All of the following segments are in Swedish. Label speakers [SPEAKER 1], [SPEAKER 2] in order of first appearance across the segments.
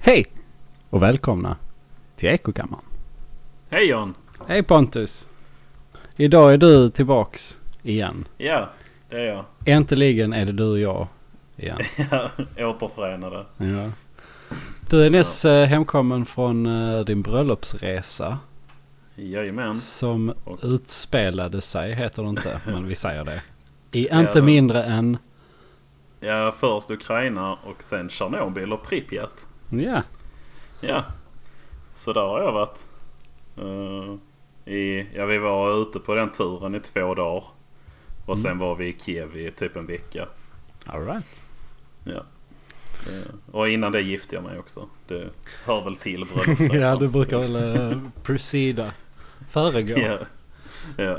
[SPEAKER 1] Hej och välkomna till Ekokammaren.
[SPEAKER 2] Hej John!
[SPEAKER 1] Hej Pontus! Idag är du tillbaks igen.
[SPEAKER 2] Ja, det är jag.
[SPEAKER 1] Äntligen är det du och jag igen.
[SPEAKER 2] Återförenade.
[SPEAKER 1] Ja. Du är nyss eh, hemkommen från eh, din bröllopsresa.
[SPEAKER 2] Jajamän.
[SPEAKER 1] Som
[SPEAKER 2] Och-
[SPEAKER 1] utspelade sig, heter det inte, men vi säger det. I
[SPEAKER 2] Ja,
[SPEAKER 1] inte
[SPEAKER 2] då.
[SPEAKER 1] mindre än...
[SPEAKER 2] Ja, först Ukraina och sen Tjernobyl och Pripyat.
[SPEAKER 1] Ja,
[SPEAKER 2] Ja. Så där har jag varit. Eh, i, ja, vi var ute på den turen i två dagar.
[SPEAKER 1] Mm.
[SPEAKER 2] Och sen var vi i Kiev i typ en vecka.
[SPEAKER 1] alright.
[SPEAKER 2] Ja. Eh, och innan det gifte jag mig också. Det hör väl till bröllopsresan.
[SPEAKER 1] ja, du brukar väl eh, preceda, föregå.
[SPEAKER 2] ja. ja.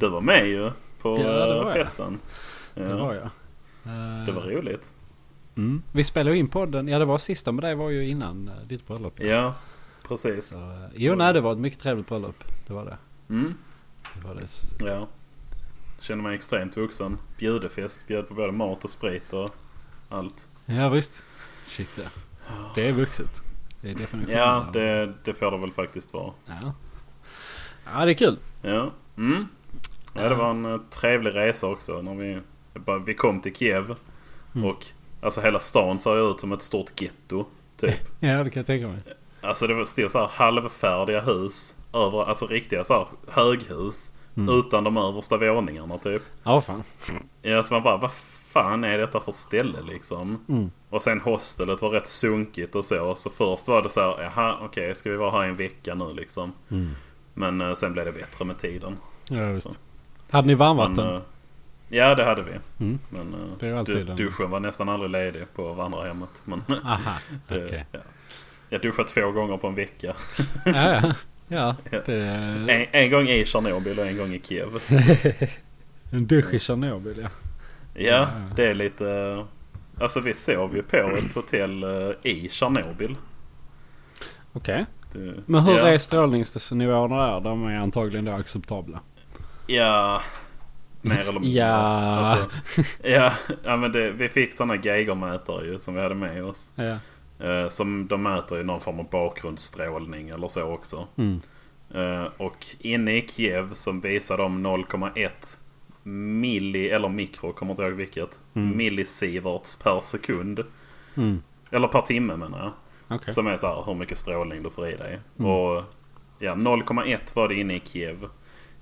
[SPEAKER 2] Du var med ju på
[SPEAKER 1] Ja, det
[SPEAKER 2] eh,
[SPEAKER 1] var jag.
[SPEAKER 2] festen. Ja,
[SPEAKER 1] Det var jag.
[SPEAKER 2] det var roligt.
[SPEAKER 1] Mm. Vi spelade ju in podden, ja det var sista med dig var ju innan eh, ditt bröllop.
[SPEAKER 2] Ja, precis.
[SPEAKER 1] Så, eh, jo nej det var ett mycket trevligt bröllop. Det var det.
[SPEAKER 2] Mm,
[SPEAKER 1] det, var det. S-
[SPEAKER 2] ja. Känner mig extremt vuxen. Bjudefest, bjöd på både mat och sprit och allt.
[SPEAKER 1] Ja visst. Shit ja. Det är vuxet. Det är definitionen.
[SPEAKER 2] Ja,
[SPEAKER 1] av-
[SPEAKER 2] det, det får det väl faktiskt vara.
[SPEAKER 1] Ja. ja det är kul.
[SPEAKER 2] Ja, mm. ja det var en eh, trevlig resa också. När vi, bara- vi kom till Kiev
[SPEAKER 1] Mm.
[SPEAKER 2] och alltså hela stan såg ju ut som ett stort getto. Typ.
[SPEAKER 1] Ja det kan jag tänka mig.
[SPEAKER 2] Alltså det var- stod så här halvfärdiga hus. Över, alltså riktiga så här höghus. Utan de översta våningarna typ.
[SPEAKER 1] Ja fan.
[SPEAKER 2] Ja, så man bara, vad fan är detta för ställe liksom?
[SPEAKER 1] Mm.
[SPEAKER 2] Och sen hostelet var rätt sunkigt och så. Så först var det så här, jaha okej, ska vi vara här i en vecka nu liksom?
[SPEAKER 1] Mm.
[SPEAKER 2] Men eh, sen blev det bättre med tiden.
[SPEAKER 1] Ja visst.
[SPEAKER 2] Så.
[SPEAKER 1] Hade ni
[SPEAKER 2] Men,
[SPEAKER 1] varmvatten?
[SPEAKER 2] eh, ja, det hade vi.
[SPEAKER 1] Mm.
[SPEAKER 2] Men eh,
[SPEAKER 1] Det är ju alltid
[SPEAKER 2] du,
[SPEAKER 1] den-
[SPEAKER 2] duschen var nästan aldrig ledig på vandrarhemmet. Men
[SPEAKER 1] Aha.
[SPEAKER 2] det,
[SPEAKER 1] Okej.
[SPEAKER 2] ja. Jag duschade två gånger på en vecka.
[SPEAKER 1] Ja, ja. ja
[SPEAKER 2] Ja.
[SPEAKER 1] det är
[SPEAKER 2] En, en gång i Tjernobyl och en gång i Kiev.
[SPEAKER 1] en dusch i Tjernobyl ja.
[SPEAKER 2] Ja, det är lite... eh, Alltså vi sov ju på ett hotell eh, i Tjernobyl.
[SPEAKER 1] Okej.
[SPEAKER 2] Det-
[SPEAKER 1] Men hur
[SPEAKER 2] ja.
[SPEAKER 1] är strålningsnivåerna där? De är antagligen då acceptabla.
[SPEAKER 2] Ja, mer eller mindre.
[SPEAKER 1] Ja.
[SPEAKER 2] Alltså, ja, ja men det, vi fick sådana geigermätare ju som vi hade med oss.
[SPEAKER 1] Ja.
[SPEAKER 2] Eh, som de mäter ju någon form av bakgrundsstrålning eller så också.
[SPEAKER 1] Mm.
[SPEAKER 2] Eh, och inne i Kiev som visar de 0,1 milli eller mikro, kommer inte ihåg vilket. Millisieverts per sekund.
[SPEAKER 1] Mm.
[SPEAKER 2] Eller per timme menar jag.
[SPEAKER 1] Okej.
[SPEAKER 2] Som är så här hur mycket strålning du får i dig. Och ja, 0,1 var det inne i Kiev.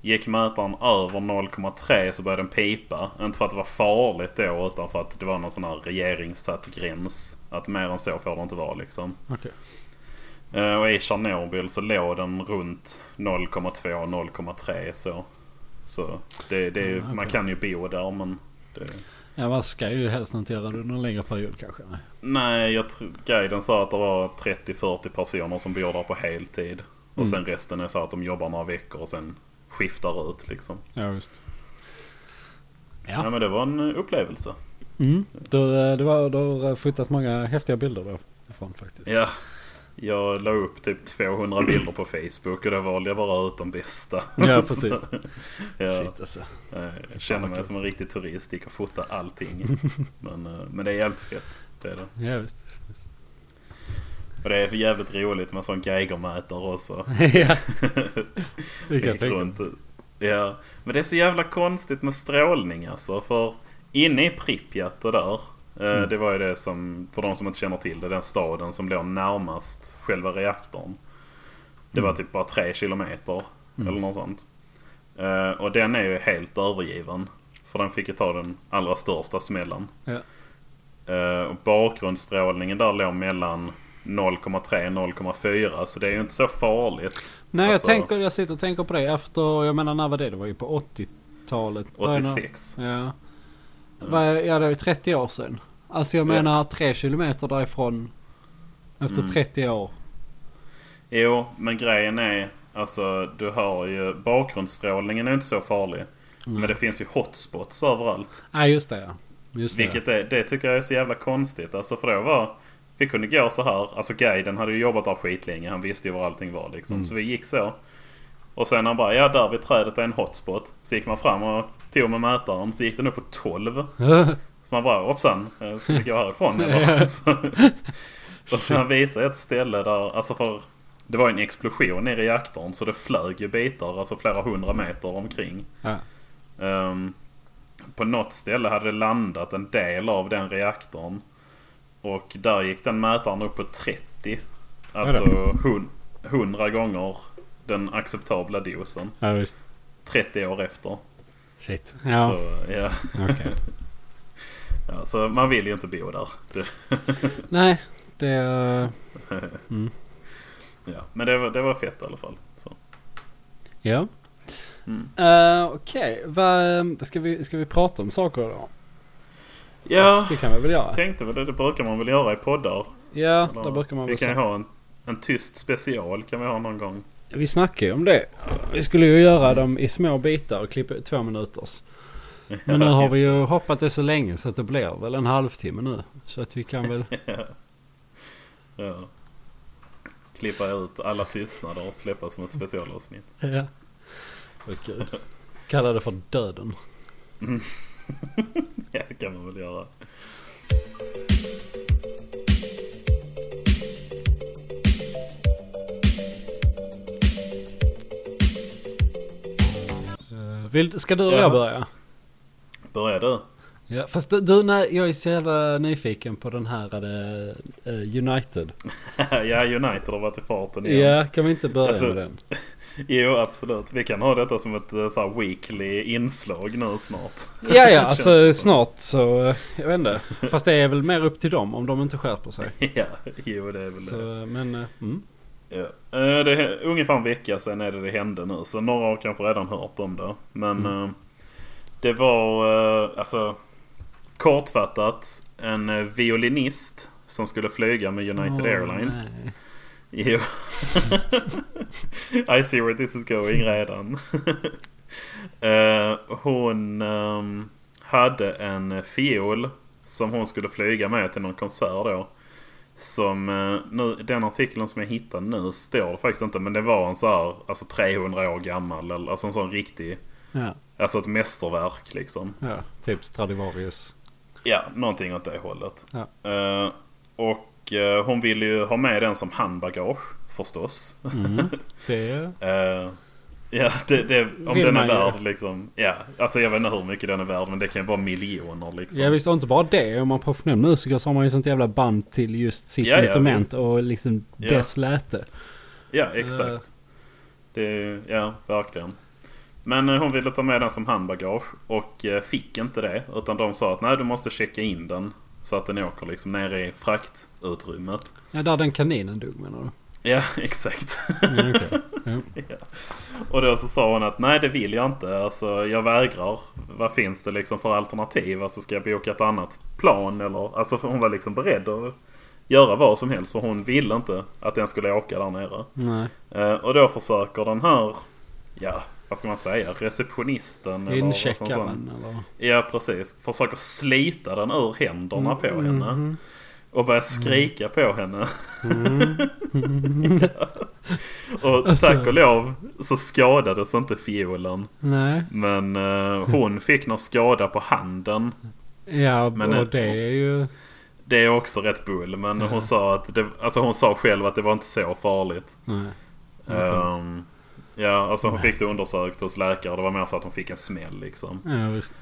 [SPEAKER 2] Gick mätaren över 0,3 så började den pipa. Inte för att det var farligt då utan för att det var någon sån här regeringssatt gräns. Att mer än så får det inte vara liksom.
[SPEAKER 1] Okej.
[SPEAKER 2] Eh, Och i Tjernobyl så låg den runt 0,2-0,3 så. Så det, det är ju, man kan ju bo där men... Det,
[SPEAKER 1] Ja, man ska ju helst inte göra det under en längre period kanske. Nej.
[SPEAKER 2] Nej, jag tror guiden sa att det var 30-40 personer som bor där på heltid. Och
[SPEAKER 1] Mm.
[SPEAKER 2] sen resten är så att de jobbar några veckor och sen skiftar ut liksom.
[SPEAKER 1] Ja, just.
[SPEAKER 2] Ja.
[SPEAKER 1] Ja.
[SPEAKER 2] men det var en upplevelse.
[SPEAKER 1] Mm. Du, eh, du, har, du har fotat många häftiga bilder då. Från, faktiskt.
[SPEAKER 2] Ja. Jag la upp typ 200 bilder på Facebook och då valde jag bara ut de bästa.
[SPEAKER 1] Ja, precis.
[SPEAKER 2] ja,
[SPEAKER 1] Shit alltså.
[SPEAKER 2] eh, jag känner mig som en riktig turist, gick och fotade allting. men, eh, men det är jävligt fett. Det är det.
[SPEAKER 1] Ja, visst.
[SPEAKER 2] Och det är för jävligt roligt med sån geigermätare också.
[SPEAKER 1] ja, det kan jag
[SPEAKER 2] Gick
[SPEAKER 1] tänka mig.
[SPEAKER 2] runt. Ja, men det är så jävla konstigt med strålning alltså. För inne i Pripyat och där. eh,
[SPEAKER 1] Mm.
[SPEAKER 2] Det var ju det som, för de som inte känner till det, den staden som låg närmast själva reaktorn. Det
[SPEAKER 1] Mm.
[SPEAKER 2] var typ bara tre kilometer eller något sånt. Eh, Och den är ju helt övergiven. För den fick ju ta den allra största smällen.
[SPEAKER 1] Ja.
[SPEAKER 2] Eh, och bakgrundsstrålningen där låg mellan 0,3 och 0,4 så det är ju inte så farligt.
[SPEAKER 1] Nej, jag,
[SPEAKER 2] Alltså-
[SPEAKER 1] tänker, jag sitter och tänker på det efter, jag menar när var det? Det var ju på 80-talet. början av-
[SPEAKER 2] 86.
[SPEAKER 1] Ja. Vad är- Ja, det är ju 30 år sedan. Alltså jag
[SPEAKER 2] Ja. Mm.
[SPEAKER 1] menar tre kilometer därifrån. Efter 30 år.
[SPEAKER 2] Jo, men grejen är alltså du har ju bakgrundsstrålningen är inte så farlig.
[SPEAKER 1] Mm.
[SPEAKER 2] Men det finns ju hotspots överallt.
[SPEAKER 1] Nej, just det ja. Just det.
[SPEAKER 2] Vilket är, det tycker jag är så jävla konstigt. Alltså för då var vi kunde gå så här. Alltså guiden hade ju jobbat där skitlänge. Han visste ju var allting var liksom.
[SPEAKER 1] Mm.
[SPEAKER 2] Så vi gick så. Och sen han bara, ja där vid trädet är en hotspot. Så gick man fram och tog med mätaren. Så gick den upp på 12.
[SPEAKER 1] ja.
[SPEAKER 2] Så man bara hoppsan, eh, ska vi gå härifrån eller? Så, Och sen visar jag ett ställe där, alltså för det var ju en explosion i reaktorn så det flög ju bitar, alltså flera hundra meter omkring.
[SPEAKER 1] Ja.
[SPEAKER 2] Ehm, på något ställe hade det landat en del av den reaktorn. Och där gick den mätaren upp på 30. Alltså hun- 100 gånger den acceptabla dosen.
[SPEAKER 1] ja, visst.
[SPEAKER 2] 30 år efter.
[SPEAKER 1] Shit. Ja,
[SPEAKER 2] Så, ja.
[SPEAKER 1] okej.
[SPEAKER 2] Ja, så man vill ju inte bo där. Det,
[SPEAKER 1] Nej, det... eh, Mm.
[SPEAKER 2] ja. Men det var, det var fett i alla fall. Så.
[SPEAKER 1] Ja.
[SPEAKER 2] Mm.
[SPEAKER 1] Eh, Okej, vad ska, vi, ska vi prata om saker då?
[SPEAKER 2] Ja,
[SPEAKER 1] Det kan vi väl göra?
[SPEAKER 2] tänkte väl det. Det brukar man väl göra i poddar.
[SPEAKER 1] Ja,
[SPEAKER 2] Eller,
[SPEAKER 1] där brukar man
[SPEAKER 2] vi
[SPEAKER 1] väl
[SPEAKER 2] kan
[SPEAKER 1] säga.
[SPEAKER 2] ju ha en, en tyst special kan vi ha någon gång.
[SPEAKER 1] Vi snackade ju om det. Vi skulle ju göra dem i små bitar och klippa två minuters. Men nu har vi ju hoppat det så länge så att det blir väl en halvtimme nu. Så att vi kan väl...
[SPEAKER 2] Ja. Klippa ut alla tystnader och släppa som ett specialavsnitt.
[SPEAKER 1] Ja. Åh gud. Kalla det för döden.
[SPEAKER 2] Ja, det kan man väl göra.
[SPEAKER 1] Eh, Vill, ska du eller
[SPEAKER 2] Ja.
[SPEAKER 1] jag börja?
[SPEAKER 2] Börja du.
[SPEAKER 1] Ja, fast du, du nej, jag är så jävla nyfiken på den här eh, eh, United.
[SPEAKER 2] ja, United har varit i farten igen.
[SPEAKER 1] Ja, kan vi inte börja
[SPEAKER 2] Alltså-
[SPEAKER 1] med den?
[SPEAKER 2] Jo, absolut. Vi kan ha detta som ett eh, så här weekly inslag nu snart.
[SPEAKER 1] Ja, ja, alltså snart så... eh, Jag vet inte. Fast det är väl mer upp till dem om de inte skärper sig.
[SPEAKER 2] ja, jo det är väl det.
[SPEAKER 1] Så, men... eh, Mm.
[SPEAKER 2] Ja. Eh, Det är ungefär en vecka sedan är det det hände nu. Så några har kanske redan hört om det. Men eh, det var eh, alltså kortfattat en eh, violinist som skulle flyga med United
[SPEAKER 1] Åh,
[SPEAKER 2] Airlines.
[SPEAKER 1] nej.
[SPEAKER 2] Jo. I see where this is going redan. Eh, hon ehm, hade en fiol som hon skulle flyga med till någon konsert då. Som eh, nu, den artikeln som jag hittade nu står det faktiskt inte. Men det var en så här, alltså 300 år gammal. eller- Alltså en sån riktig,
[SPEAKER 1] Ja,
[SPEAKER 2] alltså ett mästerverk liksom.
[SPEAKER 1] ja. Typ Stradivarius.
[SPEAKER 2] Ja, någonting åt det hållet.
[SPEAKER 1] Ja.
[SPEAKER 2] Eh, och eh, hon ville ju ha med den som handbagage förstås.
[SPEAKER 1] Mm. Det är...
[SPEAKER 2] Eh, ja, det, det, om
[SPEAKER 1] Vill
[SPEAKER 2] den
[SPEAKER 1] man ju.
[SPEAKER 2] är värd liksom. Ja, alltså jag vet inte hur mycket den är värd men det kan ju vara miljoner liksom.
[SPEAKER 1] Ja visst, och inte bara det. Om man är professionell musiker så har man ju sånt jävla band till just sitt
[SPEAKER 2] Ja, ja,
[SPEAKER 1] instrument
[SPEAKER 2] visst.
[SPEAKER 1] och liksom
[SPEAKER 2] Ja.
[SPEAKER 1] dess läte.
[SPEAKER 2] Ja, exakt.
[SPEAKER 1] Eh.
[SPEAKER 2] Det är, ja, verkligen. Men eh, hon ville ta med den som handbagage och eh, fick inte det. Utan de sa att nej, du måste checka in den så att den åker liksom nere i fraktutrymmet.
[SPEAKER 1] Ja, där den kaninen dog menar du?
[SPEAKER 2] Ja, exakt.
[SPEAKER 1] Ja, okej.
[SPEAKER 2] Och då så sa hon att nej det vill jag inte. Alltså jag vägrar. Vad finns det liksom för alternativ? Alltså ska jag boka ett annat plan eller? Alltså hon var liksom beredd att göra vad som helst. För hon ville inte att den skulle åka där nere.
[SPEAKER 1] Nej.
[SPEAKER 2] Eh, och då försöker den här, ja vad ska man säga, receptionisten. eller vad som-
[SPEAKER 1] Incheckaren eller?
[SPEAKER 2] Ja precis. Försöker slita den ur händerna på henne.
[SPEAKER 1] Mhm.
[SPEAKER 2] Och börjar skrika på henne.
[SPEAKER 1] Mm.
[SPEAKER 2] Och
[SPEAKER 1] Alltså.
[SPEAKER 2] tack och lov så skadades inte fiolen.
[SPEAKER 1] Nej.
[SPEAKER 2] Men eh, hon fick någon skada på handen.
[SPEAKER 1] Ja,
[SPEAKER 2] Men, eh,
[SPEAKER 1] och det är ju...
[SPEAKER 2] Det är också rätt bull. Men
[SPEAKER 1] Ja.
[SPEAKER 2] hon, sa att det, alltså hon sa själv att det var inte så farligt.
[SPEAKER 1] Nej. Ja,
[SPEAKER 2] Ehm, ja, alltså hon fick det undersökt hos läkare. Det var mer så att hon fick en smäll liksom.
[SPEAKER 1] Ja, visst.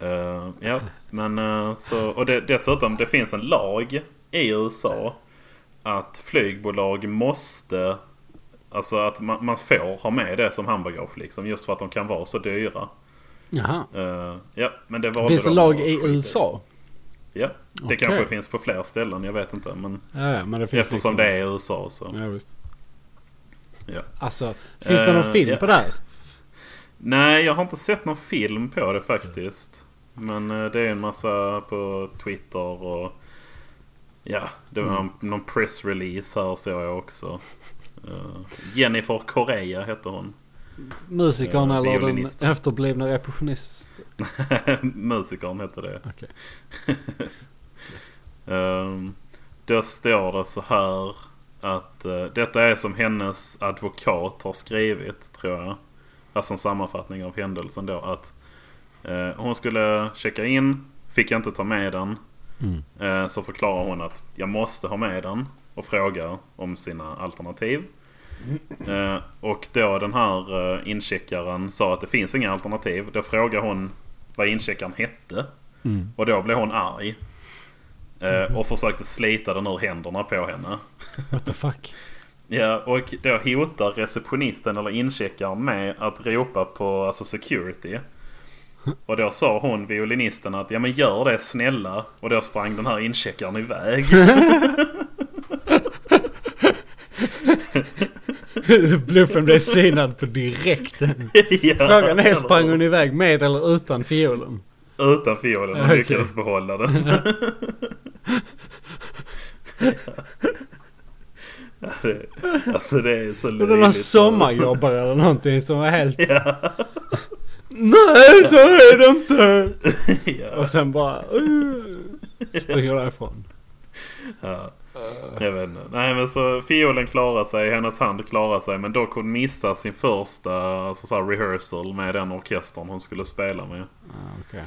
[SPEAKER 2] Ehm, ja, men eh, så... Och det, dessutom, det finns en lag i USA. Att flygbolag måste... Alltså att man, man får ha med det som handbagage liksom. Just för att de kan vara så dyra.
[SPEAKER 1] Jaha.
[SPEAKER 2] Ehm, ja, men det valde
[SPEAKER 1] Finns det
[SPEAKER 2] de
[SPEAKER 1] lag
[SPEAKER 2] att
[SPEAKER 1] i
[SPEAKER 2] skita
[SPEAKER 1] USA?
[SPEAKER 2] Ja, det
[SPEAKER 1] Okej.
[SPEAKER 2] kanske finns på fler ställen. Jag vet inte. Men
[SPEAKER 1] Ja, ja, men det finns
[SPEAKER 2] eftersom
[SPEAKER 1] liksom...
[SPEAKER 2] det är i USA så.
[SPEAKER 1] Ja, visst.
[SPEAKER 2] Ja.
[SPEAKER 1] Alltså, finns det någon
[SPEAKER 2] Eh,
[SPEAKER 1] film
[SPEAKER 2] ja.
[SPEAKER 1] på det här?
[SPEAKER 2] Nej, jag har inte sett någon film på det faktiskt. Men eh, det är en massa på Twitter och... Ja, det var någon, någon pressrelease här såg jag också. Eh, Jennifer Correa hette hon.
[SPEAKER 1] Musikern
[SPEAKER 2] Eh,
[SPEAKER 1] eller den
[SPEAKER 2] violinisten.
[SPEAKER 1] efterblivna repressionist?
[SPEAKER 2] Musikern hette det.
[SPEAKER 1] Okej.
[SPEAKER 2] Ehm, då står det så här att eh, detta är som hennes advokat har skrivit tror jag. Alltså en sammanfattning av händelsen då att eh, hon skulle checka in, fick jag inte ta med den.
[SPEAKER 1] Mm.
[SPEAKER 2] Eh, Så förklarar hon att jag måste ha med den och frågar om sina alternativ. Eh, Och då den här eh, incheckaren sa att det finns inga alternativ. Då frågar hon vad incheckaren hette.
[SPEAKER 1] Mm.
[SPEAKER 2] Och då blev hon arg. Eh, Och försökte slita den ur händerna på henne.
[SPEAKER 1] What the fuck?
[SPEAKER 2] Ja, och då hotar receptionisten eller incheckaren med att ropa på alltså security. Och då sa hon, violinisten, att ja men gör det snälla. Och då sprang den här incheckaren iväg.
[SPEAKER 1] Bluffen blev synad på direkten.
[SPEAKER 2] Ja,
[SPEAKER 1] Frågan är sprang hon iväg med eller utan fiolen?
[SPEAKER 2] Utan fiolen, hon
[SPEAKER 1] Okej.
[SPEAKER 2] lyckades behålla den. ja. Ja, det, alltså det är så
[SPEAKER 1] Det var
[SPEAKER 2] löjligt.
[SPEAKER 1] sommarjobbare eller någonting som var helt...
[SPEAKER 2] Ja,
[SPEAKER 1] Nej så är det inte!
[SPEAKER 2] ja,
[SPEAKER 1] Och sen bara... Uh, springer därifrån.
[SPEAKER 2] ja. Jag vet inte. Nej men så fiolen klarar sig, hennes hand klarar sig. Men dock hon missar sin första alltså, så här, rehearsal med den orkestern hon skulle spela med.
[SPEAKER 1] Ja, Ah, okej.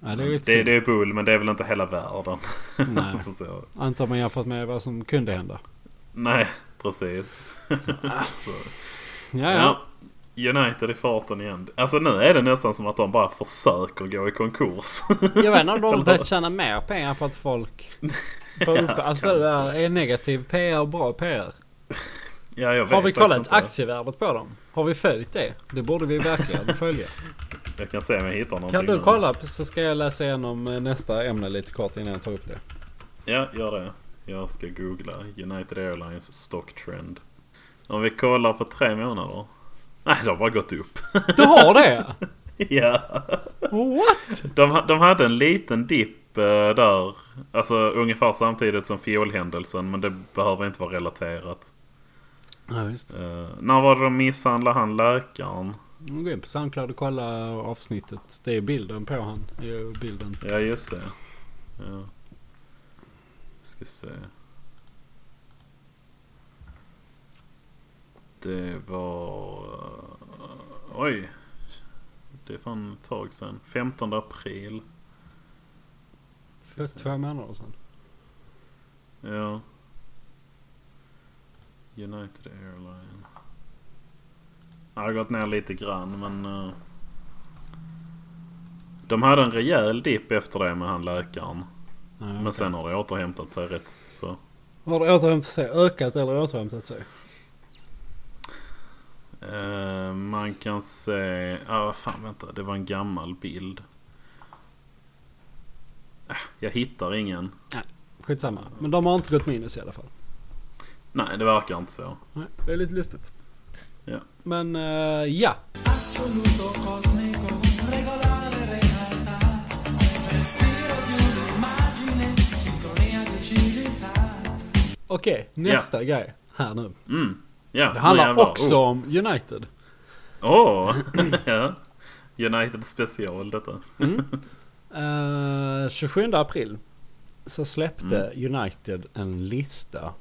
[SPEAKER 1] Ja, det är lite
[SPEAKER 2] Det,
[SPEAKER 1] synd.
[SPEAKER 2] det är bull men det är väl inte hela världen.
[SPEAKER 1] Nej.
[SPEAKER 2] alltså, så.
[SPEAKER 1] Antar man jämfört med vad som kunde hända.
[SPEAKER 2] Nej, precis. så.
[SPEAKER 1] Ja,
[SPEAKER 2] Ja.
[SPEAKER 1] ja.
[SPEAKER 2] United i farten igen. Alltså nu är det nästan som att de bara försöker gå i konkurs.
[SPEAKER 1] Jag vet inte om de
[SPEAKER 2] Eller-
[SPEAKER 1] behövt tjäna mer pengar på att folk... På upp, alltså det där är negativ PR och bra PR.
[SPEAKER 2] ja, jag vet
[SPEAKER 1] Har vi
[SPEAKER 2] faktiskt
[SPEAKER 1] kollat
[SPEAKER 2] inte.
[SPEAKER 1] aktievärdet på dem? Har vi följt det? Det borde vi verkligen följa.
[SPEAKER 2] Jag kan se om jag hittar någonting.
[SPEAKER 1] Kan du
[SPEAKER 2] nu.
[SPEAKER 1] kolla på- så ska jag läsa igenom eh, nästa ämne lite kort innan jag tar upp det.
[SPEAKER 2] Ja, gör det. Jag ska googla United Airlines stock trend. Om vi kollar på tre månader. Nej, det har bara gått upp.
[SPEAKER 1] Du har det?
[SPEAKER 2] ja.
[SPEAKER 1] What?
[SPEAKER 2] De, ha- de hade en liten dipp eh, där. Alltså ungefär samtidigt som fiolhändelsen. Men det behöver inte vara relaterat.
[SPEAKER 1] Ja just det.
[SPEAKER 2] Eh, när var det de misshandlade han läkaren?
[SPEAKER 1] Gå in på Soundcloud och kolla avsnittet. Det är bilden på han. Det är ju bilden.
[SPEAKER 2] Ja, just det. Ja. Ska se. Det var... Oj! Det är fan ett tag sedan. 15 april.
[SPEAKER 1] För två månader sedan.
[SPEAKER 2] Ja. United Airlines. Jag har gått ner lite grann men... eh, de hade en rejäl dipp efter det med han läkaren.
[SPEAKER 1] Ja, okej.
[SPEAKER 2] Men sen har det återhämtat sig rätt så.
[SPEAKER 1] Har det återhämtat sig? Ökat eller återhämtat sig?
[SPEAKER 2] Eh, man kan se... Ja, vad fan vänta. Det var en gammal bild. Ah, jag hittar ingen.
[SPEAKER 1] Skitsamma. Men de har inte gått minus i alla fall.
[SPEAKER 2] Nej, det verkar inte så.
[SPEAKER 1] Nej, det är lite lustigt.
[SPEAKER 2] Ja.
[SPEAKER 1] Men eh, ja.
[SPEAKER 3] assoluto cosmico, regolare realtà, respiro di un'immagine, sintonia di civiltà.
[SPEAKER 1] Okej, nästa grej här nu.
[SPEAKER 2] Mm. Ja,
[SPEAKER 1] Det
[SPEAKER 2] nu
[SPEAKER 1] handlar
[SPEAKER 2] jävlar.
[SPEAKER 1] också
[SPEAKER 2] Oh.
[SPEAKER 1] om United.
[SPEAKER 2] Åh! ja. United special detta.
[SPEAKER 1] Eh, 27 april så släppte
[SPEAKER 2] Mm.
[SPEAKER 1] United en lista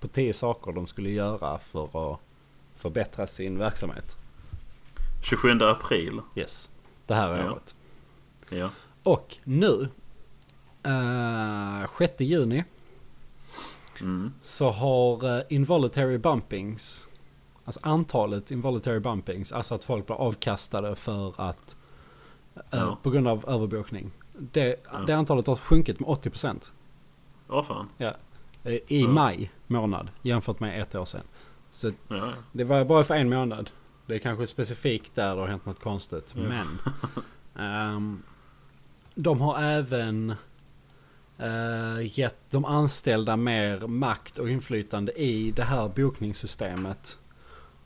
[SPEAKER 1] på 10 saker de skulle göra för att förbättra sin verksamhet.
[SPEAKER 2] 27 april.
[SPEAKER 1] Yes, det här
[SPEAKER 2] Ja.
[SPEAKER 1] året.
[SPEAKER 2] Ja.
[SPEAKER 1] Och nu, eh, 6 juni,
[SPEAKER 2] Mm.
[SPEAKER 1] så har eh, involuntary bumpings, alltså antalet involuntary bumpings, alltså att folk blir avkastade för att eh,
[SPEAKER 2] Ja.
[SPEAKER 1] på grund av överbokning. Det,
[SPEAKER 2] Ja.
[SPEAKER 1] det antalet har sjunkit med 80 procent.
[SPEAKER 2] Åh fan.
[SPEAKER 1] Ja. Eh, I
[SPEAKER 2] Ja.
[SPEAKER 1] maj månad jämfört med ett år sedan. Så
[SPEAKER 2] Ja, ja.
[SPEAKER 1] det var bara för en månad. Det är kanske specifikt där det har hänt något konstigt.
[SPEAKER 2] Ja.
[SPEAKER 1] Men ehm, de har även eh, gett de anställda mer makt och inflytande i det här bokningssystemet.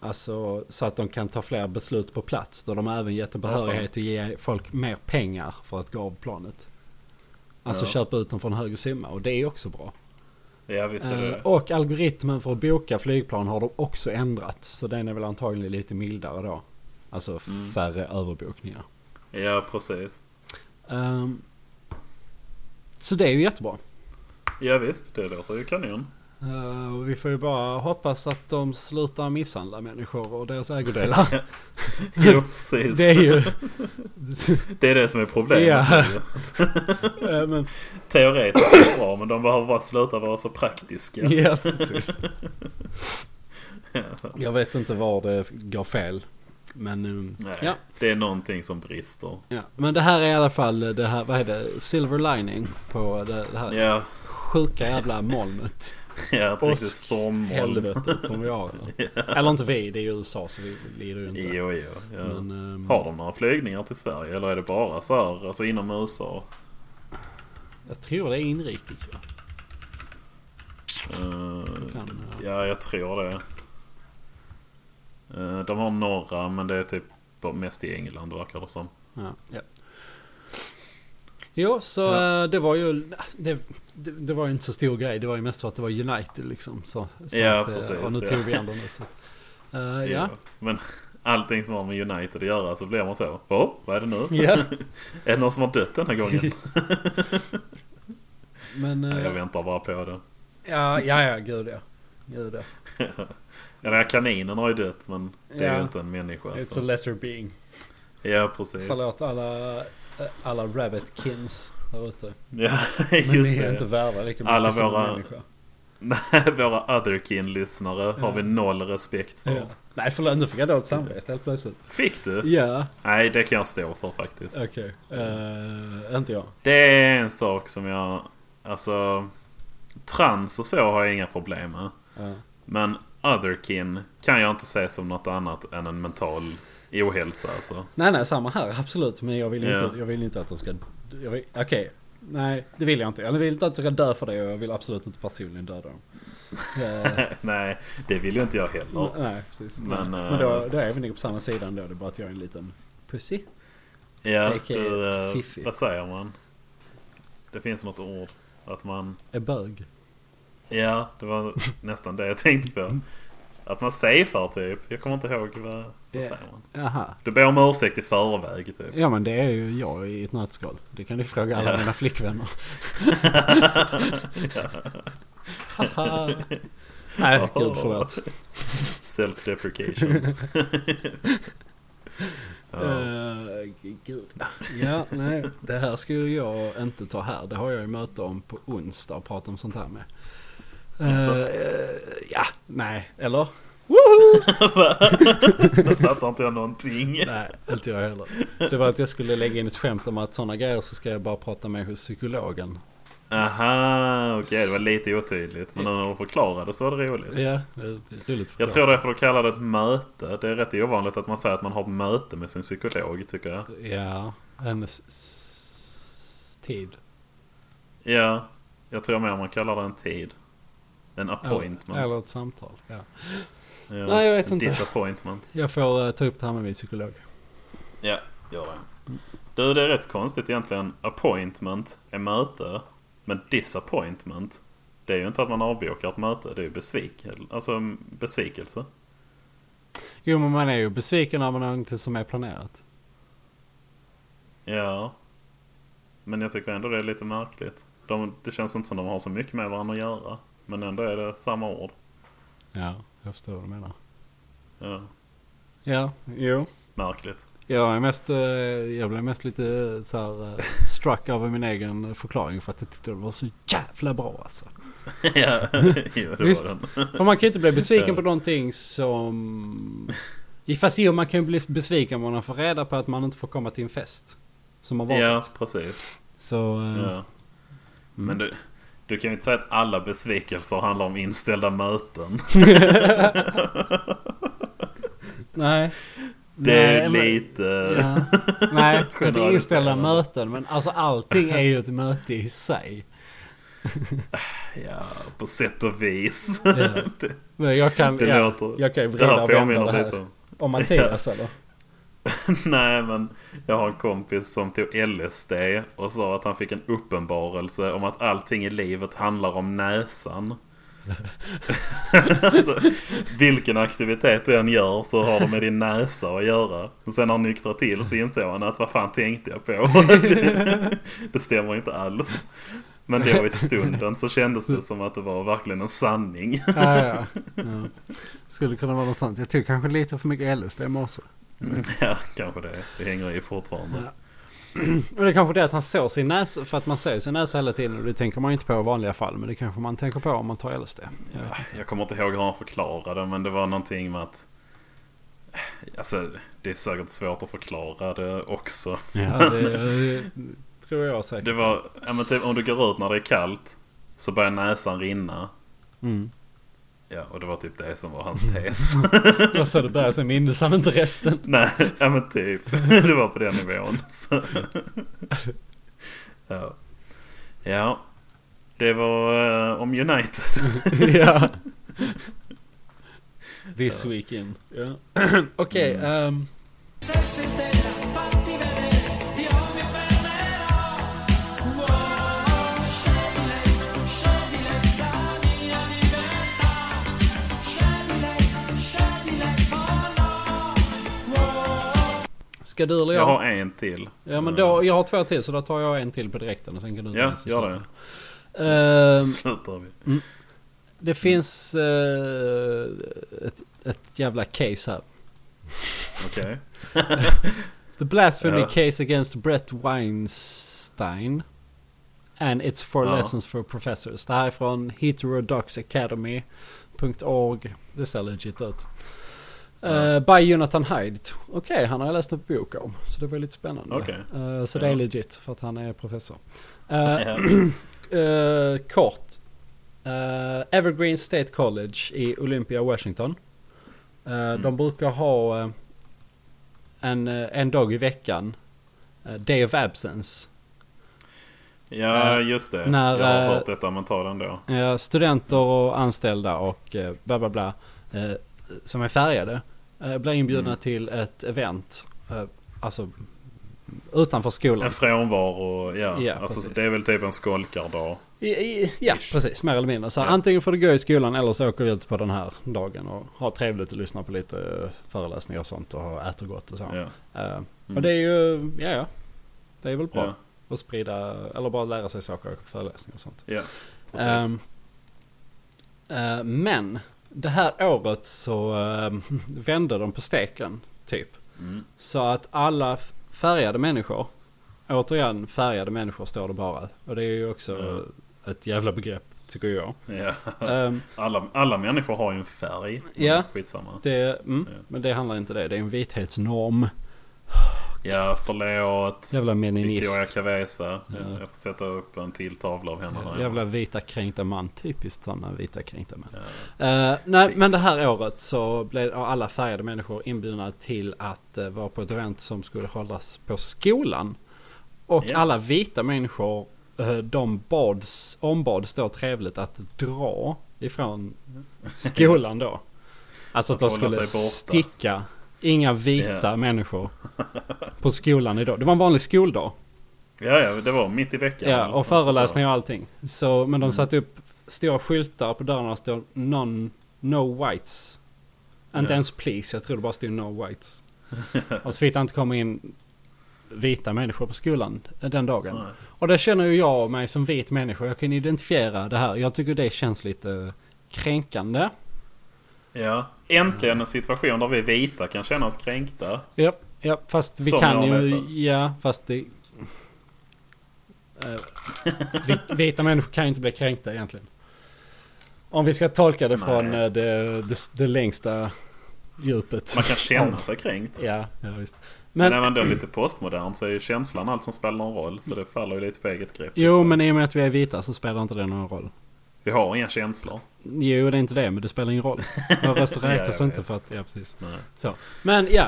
[SPEAKER 1] Alltså så att de kan ta fler beslut på plats. Då de har även gett en
[SPEAKER 2] Ja, fan.
[SPEAKER 1] behörighet att ge folk mer pengar för att gå av planet. Alltså
[SPEAKER 2] Ja.
[SPEAKER 1] köpa ut dem för en högre summa och det är också bra.
[SPEAKER 2] ja visst är det
[SPEAKER 1] Eh,
[SPEAKER 2] det.
[SPEAKER 1] Och algoritmen för att boka flygplan har de också ändrat. Så den är väl antagligen lite mildare då. Alltså
[SPEAKER 2] Mm.
[SPEAKER 1] färre överbokningar.
[SPEAKER 2] Ja, precis.
[SPEAKER 1] Ehm, så det är ju jättebra.
[SPEAKER 2] Ja, visst. Det låter ju kanon.
[SPEAKER 1] Eh, och vi får ju bara hoppas att de slutar misshandla människor och deras ägodelar.
[SPEAKER 2] Jo, precis.
[SPEAKER 1] det är ju...
[SPEAKER 2] Det är det som är problemet.
[SPEAKER 1] Ja. Eh, men,
[SPEAKER 2] Teoretiskt är det bra men de behöver bara sluta vara så praktiska.
[SPEAKER 1] ja, precis. Jag vet inte var det går fel. Men, eh,
[SPEAKER 2] Nej,
[SPEAKER 1] ja.
[SPEAKER 2] Det är någonting som brister.
[SPEAKER 1] Ja, men det här är i alla fall det här, vad är det, silver lining på det, det här
[SPEAKER 2] Ja,
[SPEAKER 1] sjuka jävla molnet.
[SPEAKER 2] ja ett riktigt
[SPEAKER 1] Åsk,
[SPEAKER 2] stormmål.
[SPEAKER 1] Helvetet som vi har. Eller inte vi, det är ju USA så vi lider ju inte.
[SPEAKER 2] Jo, jo. Ja.
[SPEAKER 1] Men, ehm,
[SPEAKER 2] Har de några flygningar till Sverige eller är det bara så här, alltså inom USA?
[SPEAKER 1] jag tror det är inrikes va?
[SPEAKER 2] Eh,
[SPEAKER 1] Kan, eh,
[SPEAKER 2] ja, jag tror det. Eh, de har några men det är typ bara mest i England verkar det som.
[SPEAKER 1] ja, ja. Jo, så
[SPEAKER 2] Ja.
[SPEAKER 1] eh, det var ju det, det, det var ju inte så stor grej. Det var ju mest för att det var United liksom. Så, så
[SPEAKER 2] Ja,
[SPEAKER 1] att, eh,
[SPEAKER 2] precis,
[SPEAKER 1] Och nu
[SPEAKER 2] ja.
[SPEAKER 1] tog vi ändå nu. Så. Eh, ja.
[SPEAKER 2] Jo. Men allting som har med United att göra så blir man så. Oh, vad är det nu?
[SPEAKER 1] ja,
[SPEAKER 2] Är det någon som har dött den här gången?
[SPEAKER 1] men... eh,
[SPEAKER 2] Nej, jag väntar bara på det.
[SPEAKER 1] ja, ja, ja, gud ja. Gud ja.
[SPEAKER 2] Ja, den här kaninen har ju dött men det är
[SPEAKER 1] Ja.
[SPEAKER 2] ju inte en människa.
[SPEAKER 1] It's a
[SPEAKER 2] Så.
[SPEAKER 1] lesser being.
[SPEAKER 2] Ja Alltså. precis.
[SPEAKER 1] Förlåt alla, eh, alla rabbitkins där ute.
[SPEAKER 2] Ja,
[SPEAKER 1] Men
[SPEAKER 2] just
[SPEAKER 1] ni är
[SPEAKER 2] det.
[SPEAKER 1] inte värda lika mycket
[SPEAKER 2] Alla
[SPEAKER 1] som
[SPEAKER 2] våra-
[SPEAKER 1] en människa.
[SPEAKER 2] Nej, våra otherkin-lyssnare har vi noll respekt för.
[SPEAKER 1] Ja. Nej förlåt, nu fick jag dåligt samvete helt plötsligt.
[SPEAKER 2] Fick du?
[SPEAKER 1] Ja,
[SPEAKER 2] Nej, det kan jag stå för faktiskt.
[SPEAKER 1] okej. Eh, inte jag.
[SPEAKER 2] Det är en sak som jag... Alltså... Trans och så har jag inga problem med.
[SPEAKER 1] Ja.
[SPEAKER 2] Men otherkin kan jag inte se som något annat än en mental ohälsa alltså.
[SPEAKER 1] Nej, nej, samma här. Absolut. Men jag vill inte,
[SPEAKER 2] Ja.
[SPEAKER 1] jag vill inte att de ska... jag vill- Okej. Nej, det vill jag inte. Jag vill inte att de ska dö för det och jag vill absolut inte personligen döda dem. Eh,
[SPEAKER 2] Nej, det vill ju inte jag heller.
[SPEAKER 1] nej, precis.
[SPEAKER 2] Men,
[SPEAKER 1] nej.
[SPEAKER 2] eh,
[SPEAKER 1] men då, då är vi nog på samma sida ändå. Det är bara att jag är en liten pussy.
[SPEAKER 2] Ja,
[SPEAKER 1] Det kan ju-
[SPEAKER 2] du, eh,
[SPEAKER 1] fiffigt.
[SPEAKER 2] vad säger man? Det finns något ord. Att man...
[SPEAKER 1] Är bög.
[SPEAKER 2] Ja, det var nästan det jag tänkte
[SPEAKER 1] Mm.
[SPEAKER 2] på. Att man safear typ. Jag kommer inte ihåg vad, vad
[SPEAKER 1] Ja.
[SPEAKER 2] säger man?
[SPEAKER 1] Jaha.
[SPEAKER 2] Du ber om ursäkt i förväg typ.
[SPEAKER 1] Ja men det är ju jag i ett nötskal. Det kan du fråga alla
[SPEAKER 2] Ja.
[SPEAKER 1] mina flickvänner. Haha. Nej, gud förlåt.
[SPEAKER 2] Self-deprecation. ja.
[SPEAKER 1] Eh, gud. Ja, nej. Det här skulle jag inte ta här. Det har jag ju möte om på onsdag och prata om sånt här med. Eh,
[SPEAKER 2] Jaså?
[SPEAKER 1] ja, nej. Eller?
[SPEAKER 2] Då fattar inte jag någonting.
[SPEAKER 1] Nej, inte jag heller. Det var att jag skulle lägga in ett skämt om att sådana grejer så ska jag bara prata med hos psykologen.
[SPEAKER 2] Aha, okej det var lite otydligt. Men när de förklarade så var det roligt.
[SPEAKER 1] Ja, det är roligt
[SPEAKER 2] Jag tror det är för att de kallar det ett möte. Det är rätt ovanligt att man säger att man har ett möte med sin psykolog tycker jag.
[SPEAKER 1] Ja, hennes s- tid.
[SPEAKER 2] Ja, jag tror mer man kallar det en tid. En appointment.
[SPEAKER 1] Eller ett samtal. Ja.
[SPEAKER 2] Ja,
[SPEAKER 1] Nej, jag vet inte.
[SPEAKER 2] Disappointment.
[SPEAKER 1] Jag får eh, ta upp det här med min psykolog.
[SPEAKER 2] Ja, gör det. Du, det är rätt konstigt egentligen. Appointment är möte. Men disappointment, det är ju inte att man avbokar ett möte. Det är ju besvikel- alltså, besvikelse.
[SPEAKER 1] Jo men man är ju besviken när man har någonting som är planerat.
[SPEAKER 2] Ja. Men jag tycker ändå det är lite märkligt. De, det känns inte som de har så mycket med varandra att göra. Men ändå är det samma ord.
[SPEAKER 1] Ja, jag förstår vad du menar.
[SPEAKER 2] Ja,
[SPEAKER 1] Ja, jo.
[SPEAKER 2] märkligt.
[SPEAKER 1] Jag, är mest, eh, jag blev mest lite så här eh, struck över min egen förklaring för att jag tyckte det var så jävla bra alltså.
[SPEAKER 2] ja, jo, det
[SPEAKER 1] Visst.
[SPEAKER 2] var den.
[SPEAKER 1] För man kan ju inte bli besviken på någonting som... I- Fast jo, man kan ju bli besviken om man får reda på att man inte får komma till en fest. Som har varit.
[SPEAKER 2] Ja, precis.
[SPEAKER 1] Så... eh,
[SPEAKER 2] Ja. Mm. Men du, du kan ju inte säga att alla besvikelser handlar om inställda möten.
[SPEAKER 1] Nej.
[SPEAKER 2] Det är
[SPEAKER 1] Nej, men-
[SPEAKER 2] lite...
[SPEAKER 1] Ja. Nej, inte
[SPEAKER 2] Generaliserande.
[SPEAKER 1] inställda möten. Men alltså allting är ju ett möte i sig.
[SPEAKER 2] Ja, på sätt och vis.
[SPEAKER 1] Men jag kan,
[SPEAKER 2] Det
[SPEAKER 1] ja,
[SPEAKER 2] låter-
[SPEAKER 1] jag kan ju
[SPEAKER 2] Det
[SPEAKER 1] vrida
[SPEAKER 2] här
[SPEAKER 1] och vända
[SPEAKER 2] påminner
[SPEAKER 1] det
[SPEAKER 2] lite
[SPEAKER 1] här.
[SPEAKER 2] om...
[SPEAKER 1] Om Mattias eller?
[SPEAKER 2] Nej, men jag har en kompis som tog LSD och sa att han fick en uppenbarelse om att allting i livet handlar om näsan. alltså, vilken aktivitet du än gör så har det med din näsa att göra. Och sen när han nyktrade till så insåg han att vad fan tänkte jag på? det, det stämmer inte alls. Men då i stunden så kändes det som att det var verkligen en sanning.
[SPEAKER 1] Ja, ja. ja. Skulle kunna vara någonstans. Jag tog kanske lite för mycket LSD i morse.
[SPEAKER 2] ja, kanske det. Det hänger i fortfarande.
[SPEAKER 1] Ja. Men det är kanske det att han såg sin näsa. För att man ser sin näsa hela tiden. Och det tänker man ju inte på i vanliga fall. Men det kanske man tänker på om man tar LSD. Jag vet.
[SPEAKER 2] Ah, Jag kommer inte ihåg hur han förklarade men det var någonting med att... Alltså det är säkert svårt att förklara det också.
[SPEAKER 1] Ja, det, det tror jag säkert.
[SPEAKER 2] Det var, ja men typ om du går ut när det är kallt så börjar näsan rinna.
[SPEAKER 1] Mm.
[SPEAKER 2] Ja och det var typ det som var hans tes.
[SPEAKER 1] Jag sa det där, sen mindes han inte resten.
[SPEAKER 2] Nej, ja men typ. Det var på den nivån. Så. Ja. ja. Det var eh, om United.
[SPEAKER 1] ja. This weekend. Ja. Okej, ehm,
[SPEAKER 3] Sessi stella, fatti vedere, io mi fermerò. Wow, scegli lei, scegli lei la mia libertà. Scegli lei, scegli lei, oh no. Wow.
[SPEAKER 1] ska du eller
[SPEAKER 2] Jag
[SPEAKER 1] jag?
[SPEAKER 2] har en till.
[SPEAKER 1] Ja men då, jag har två till så då tar jag en till på direkten och sen kan du ta
[SPEAKER 2] Ja,
[SPEAKER 1] den sista.
[SPEAKER 2] gör det.
[SPEAKER 1] Ehm,
[SPEAKER 2] Slutar vi. Mm.
[SPEAKER 1] det finns eh, ett, ett jävla case här.
[SPEAKER 2] Okej.
[SPEAKER 1] The blasphemy
[SPEAKER 2] Ja.
[SPEAKER 1] case against Brett Weinstein. And it's for
[SPEAKER 2] Ja.
[SPEAKER 1] lessons for professors. Det här är från heterodoxacademy.org. Det ser legit ut. Eh, by Jonathan Hyde. Okej, han har jag läst en bok om. Så det var lite spännande.
[SPEAKER 2] Okej.
[SPEAKER 1] Eh, så det
[SPEAKER 2] Ja.
[SPEAKER 1] är legit för att han är professor. Eh,
[SPEAKER 2] Ja.
[SPEAKER 1] eh, kort. Eh, Evergreen State College i Olympia, Washington. Eh, De brukar ha eh, en, eh, en dag i veckan. eh, day of absence.
[SPEAKER 2] Ja, just det.
[SPEAKER 1] Eh, när,
[SPEAKER 2] jag har
[SPEAKER 1] eh,
[SPEAKER 2] hört detta men ta den då.
[SPEAKER 1] Eh, Studenter och anställda och eh, bla bla bla. eh, Som är färgade. eh, Blir inbjudna till ett event. eh, Alltså utanför skolan.
[SPEAKER 2] En frånvaro, ja.
[SPEAKER 1] Ja,
[SPEAKER 2] alltså,
[SPEAKER 1] precis.
[SPEAKER 2] det är väl typ en skolkardag.
[SPEAKER 1] I, i, ja, precis. Mer eller mindre. Så
[SPEAKER 2] Ja.
[SPEAKER 1] Antingen får du gå i skolan eller så åker vi ut på den här dagen och har trevligt och lyssnar på lite eh, föreläsningar och sånt och äter gott och så.
[SPEAKER 2] Ja. Mm.
[SPEAKER 1] Eh, Och det är ju, ja ja. Det är väl bra
[SPEAKER 2] Ja.
[SPEAKER 1] att sprida, eller bara lära sig saker och föreläsningar och sånt.
[SPEAKER 2] Ja, precis.
[SPEAKER 1] Ehm, eh, men det här året så ehm, vände de på steken, typ.
[SPEAKER 2] Mm.
[SPEAKER 1] Så att alla f- färgade människor, återigen färgade människor står det bara. Och det är ju också eh, ett jävla begrepp, tycker jag.
[SPEAKER 2] ja.
[SPEAKER 1] Ehm,
[SPEAKER 2] alla, alla människor har ju en färg. Men
[SPEAKER 1] Ja.
[SPEAKER 2] Skitsamma.
[SPEAKER 1] det, mm,
[SPEAKER 2] Ja.
[SPEAKER 1] Men det handlar inte det, det är en vithetsnorm.
[SPEAKER 2] Ja, förlåt.
[SPEAKER 1] Jävla meninist.
[SPEAKER 2] Victoria Cavesa. Ja. Jag får sätta upp en till tavla av henne. här.
[SPEAKER 1] Jävla vita kränkta man. Typiskt sådana vita kränkta män. Eh, nej, men det här året så blev alla färgade människor inbjudna till att eh, vara på ett event som skulle hållas på skolan. Och
[SPEAKER 2] Ja.
[SPEAKER 1] alla vita människor eh, de bads, ombads då trevligt att dra ifrån skolan då. Alltså att,
[SPEAKER 2] Att
[SPEAKER 1] de
[SPEAKER 2] hålla
[SPEAKER 1] skulle
[SPEAKER 2] sig borta.
[SPEAKER 1] sticka. Inga vita
[SPEAKER 2] Ja.
[SPEAKER 1] människor på skolan idag. Det var en vanlig skoldag.
[SPEAKER 2] Ja, ja, det var mitt i veckan.
[SPEAKER 1] Ja, och
[SPEAKER 2] Alltså, så. Mm.
[SPEAKER 1] föreläsningar och allting. Så, men de satte upp stora skyltar på dörrarna och stod non, no whites. Inte
[SPEAKER 2] Ja.
[SPEAKER 1] ens please, jag tror det bara stod no whites. och så fick det inte komma in vita människor på skolan eh, den dagen.
[SPEAKER 2] Nej.
[SPEAKER 1] Och det känner ju jag mig som vit människa. Jag kan identifiera det här. Jag tycker det känns lite kränkande.
[SPEAKER 2] Ja. Äntligen en situation där vi vita kan känna oss kränkta.
[SPEAKER 1] Ja, ja fast vi
[SPEAKER 2] Som
[SPEAKER 1] kan
[SPEAKER 2] jag
[SPEAKER 1] ju...
[SPEAKER 2] vet.
[SPEAKER 1] Ja, fast det... Eh, vi- vita människor kan ju inte bli kränkta egentligen. Om vi ska tolka det
[SPEAKER 2] Nej.
[SPEAKER 1] från eh, det, det, det längsta djupet.
[SPEAKER 2] Man kan känna
[SPEAKER 1] Av-
[SPEAKER 2] sig kränkt.
[SPEAKER 1] Ja, ja visst.
[SPEAKER 2] Men
[SPEAKER 1] Men,
[SPEAKER 2] även då lite postmodern så är ju känslan allt som spelar någon roll. Så det faller ju lite på eget grepp.
[SPEAKER 1] jo,
[SPEAKER 2] Så
[SPEAKER 1] men i och med att vi är vita så spelar inte det någon roll.
[SPEAKER 2] Vi har inga känslor.
[SPEAKER 1] Jo, det är inte det, men det spelar ingen roll. Våra röster
[SPEAKER 2] Ja, jag
[SPEAKER 1] räknas
[SPEAKER 2] vet. Mm.
[SPEAKER 1] inte för att... Ja, precis.
[SPEAKER 2] Nej.
[SPEAKER 1] Så. Men ja,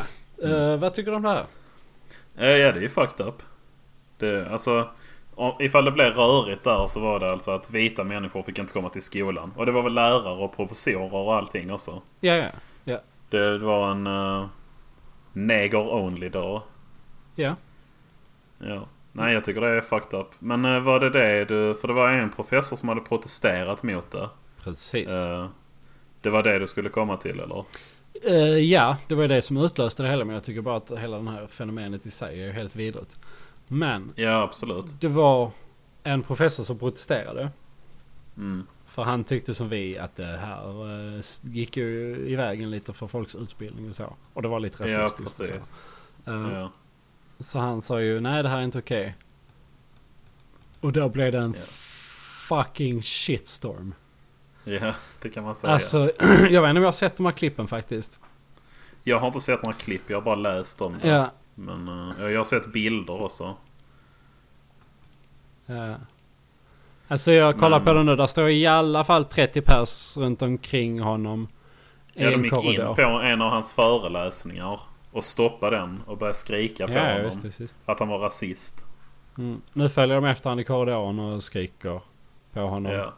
[SPEAKER 1] eh, vad tycker du om det här?
[SPEAKER 2] Eh, Ja, det är ju fucked up. Det, alltså, om- ifall det blev rörigt där så var det alltså att vita människor fick inte komma till skolan. Och det var väl lärare och professorer och allting också.
[SPEAKER 1] Ja, ja. Ja.
[SPEAKER 2] Det var en uh, neger-only-dag.
[SPEAKER 1] ja.
[SPEAKER 2] Ja. Nej, jag tycker det är fucked up. Men eh, var det det du... För det var en professor som hade protesterat mot det.
[SPEAKER 1] Precis.
[SPEAKER 2] Eh, det var det du skulle komma till, eller?
[SPEAKER 1] Eh, ja, det var ju det som utlöste det hela. Men jag tycker bara att hela det här fenomenet i sig är ju helt vidrigt. Men
[SPEAKER 2] Ja, absolut.
[SPEAKER 1] det var en professor som protesterade.
[SPEAKER 2] Mm.
[SPEAKER 1] För han tyckte som vi att det här eh, s- gick ju i vägen lite för folks utbildning och så. Och det var lite
[SPEAKER 2] Ja,
[SPEAKER 1] rasistiskt. och
[SPEAKER 2] precis.
[SPEAKER 1] så. Eh,
[SPEAKER 2] Ja.
[SPEAKER 1] så han sa ju nej det här är inte okej. Och då blev det en
[SPEAKER 2] Ja.
[SPEAKER 1] fucking shitstorm.
[SPEAKER 2] ja, det kan man säga.
[SPEAKER 1] Alltså jag vet inte om jag har sett de här klippen faktiskt.
[SPEAKER 2] Jag har inte sett några klipp, jag har bara läst om det.
[SPEAKER 1] Ja.
[SPEAKER 2] Men eh, jag har sett bilder också.
[SPEAKER 1] ja. Alltså jag kollar
[SPEAKER 2] Men-
[SPEAKER 1] på det nu. Där står i alla fall 30 pers runt omkring honom. i
[SPEAKER 2] Ja, de
[SPEAKER 1] en
[SPEAKER 2] gick in på en av hans föreläsningar och stoppade den och började skrika på
[SPEAKER 1] Ja,
[SPEAKER 2] honom
[SPEAKER 1] just det. Just.
[SPEAKER 2] att han var rasist.
[SPEAKER 1] Mm. Nu följer de efter honom i korridoren och skriker på honom.
[SPEAKER 2] Ja,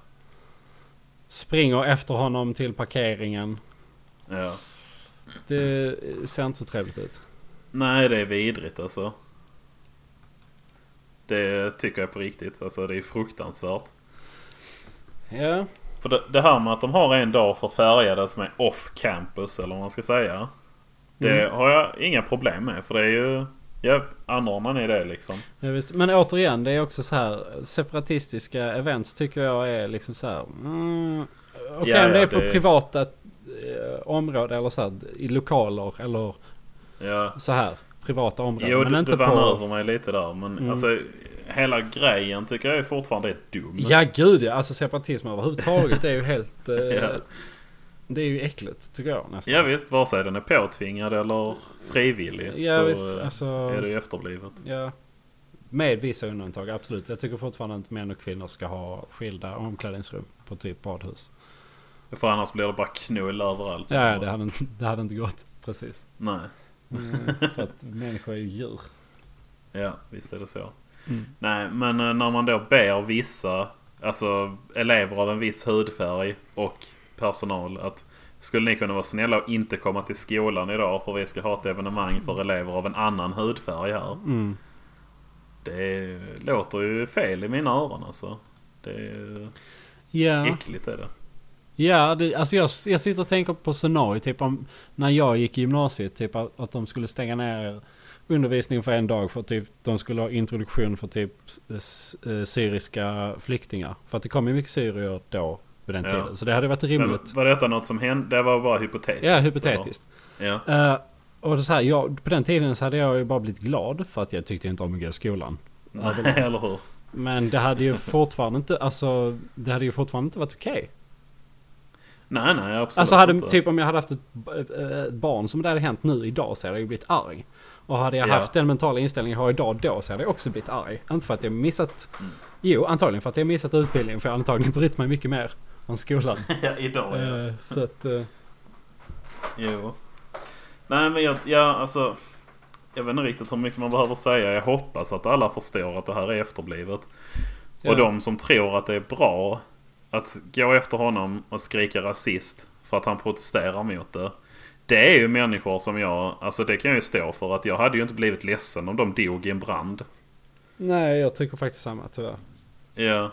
[SPEAKER 1] Springer efter honom till parkeringen.
[SPEAKER 2] ja.
[SPEAKER 1] Det ser inte så trevligt ut.
[SPEAKER 2] Nej, det är vidrigt alltså. Det tycker jag på riktigt. Alltså det är fruktansvärt.
[SPEAKER 1] Ja.
[SPEAKER 2] För det, det här med att de har en dag för färgade som är off campus eller vad man ska säga. Det har jag inga problem med för det är ju... Ja, anordnar ni det liksom?
[SPEAKER 1] Ja, visst. Men återigen, det är också så här separatistiska events tycker jag är liksom så här. Mm, Okej
[SPEAKER 2] Ja,
[SPEAKER 1] om det
[SPEAKER 2] ja,
[SPEAKER 1] är på
[SPEAKER 2] det-
[SPEAKER 1] privata eh, områden eller så här, i lokaler eller
[SPEAKER 2] Ja.
[SPEAKER 1] så här. Privata områden.
[SPEAKER 2] Jo,
[SPEAKER 1] men
[SPEAKER 2] du,
[SPEAKER 1] inte
[SPEAKER 2] du vann
[SPEAKER 1] på...
[SPEAKER 2] över mig lite där. Men alltså hela grejen tycker jag är fortfarande är dum.
[SPEAKER 1] Ja gud ja. Alltså separatism överhuvudtaget är ju helt... Eh,
[SPEAKER 2] Ja.
[SPEAKER 1] Det är ju äckligt tycker jag nästan.
[SPEAKER 2] Ja, visst, vare sig den är påtvingad eller frivillig
[SPEAKER 1] Ja,
[SPEAKER 2] så
[SPEAKER 1] visst,
[SPEAKER 2] eh,
[SPEAKER 1] alltså-
[SPEAKER 2] är det ju efterblivet.
[SPEAKER 1] Ja. Med vissa undantag, absolut. Jag tycker fortfarande att män och kvinnor ska ha skilda omklädningsrum på typ badhus.
[SPEAKER 2] För annars blir det bara knull överallt.
[SPEAKER 1] Ja, det hade, inte- det hade inte gått. Precis.
[SPEAKER 2] Nej.
[SPEAKER 1] För att människor är ju djur.
[SPEAKER 2] Ja, visst är det så.
[SPEAKER 1] Mm.
[SPEAKER 2] Nej, men eh, när man då ber vissa, alltså elever av en viss hudfärg och personal att skulle ni kunna vara snälla och inte komma till skolan idag för vi ska ha ett evenemang för elever av en annan hudfärg här. Det låter ju fel i mina öron alltså. Det är
[SPEAKER 1] Ja,
[SPEAKER 2] äckligt är det.
[SPEAKER 1] ja det, alltså jag, jag sitter och tänker på scenariot. Typ om, när jag gick i gymnasiet, typ att, att de skulle stänga ner undervisningen för en dag. För typ de skulle ha introduktion för typ s, eh, syriska flyktingar. För att det kom ju mycket syrier då, vid den
[SPEAKER 2] Ja.
[SPEAKER 1] tiden. Så det hade varit
[SPEAKER 2] Men
[SPEAKER 1] rimligt.
[SPEAKER 2] var detta något som hände? Det var bara hypotetiskt?
[SPEAKER 1] Ja, hypotetiskt.
[SPEAKER 2] eller? Ja.
[SPEAKER 1] Eh, och det är så här, jag, på den tiden så hade jag ju bara blivit glad för att jag tyckte inte om att gå i skolan.
[SPEAKER 2] Nej, eller hur?
[SPEAKER 1] Men det hade ju fortfarande inte, alltså, det hade ju fortfarande inte varit okej.
[SPEAKER 2] Nej, nej, absolut
[SPEAKER 1] Alltså hade,
[SPEAKER 2] inte.
[SPEAKER 1] typ om jag hade haft ett, b- eh, ett barn som det hade hänt nu idag så hade jag ju blivit arg. Och hade jag
[SPEAKER 2] Ja.
[SPEAKER 1] haft den mentala inställningen jag har idag då så hade jag också blivit arg. Inte för att jag missat,
[SPEAKER 2] Mm.
[SPEAKER 1] jo antagligen för att jag missat utbildningen för jag har antagligen brytt mig mycket mer om skolan.
[SPEAKER 2] Ja, idag ja.
[SPEAKER 1] Eh, så att, eh,
[SPEAKER 2] Jo. Nej men jag, ja, alltså. Jag vet inte riktigt hur mycket man behöver säga. Jag hoppas att alla förstår att det här är efterblivet.
[SPEAKER 1] Ja.
[SPEAKER 2] Och de som tror att det är bra att gå efter honom och skrika rasist för att han protesterar mot det. Det är ju människor som jag, alltså det kan jag ju stå för att jag hade ju inte blivit ledsen om de dog i en brand.
[SPEAKER 1] nej jag tycker faktiskt samma tyvärr.
[SPEAKER 2] Ja.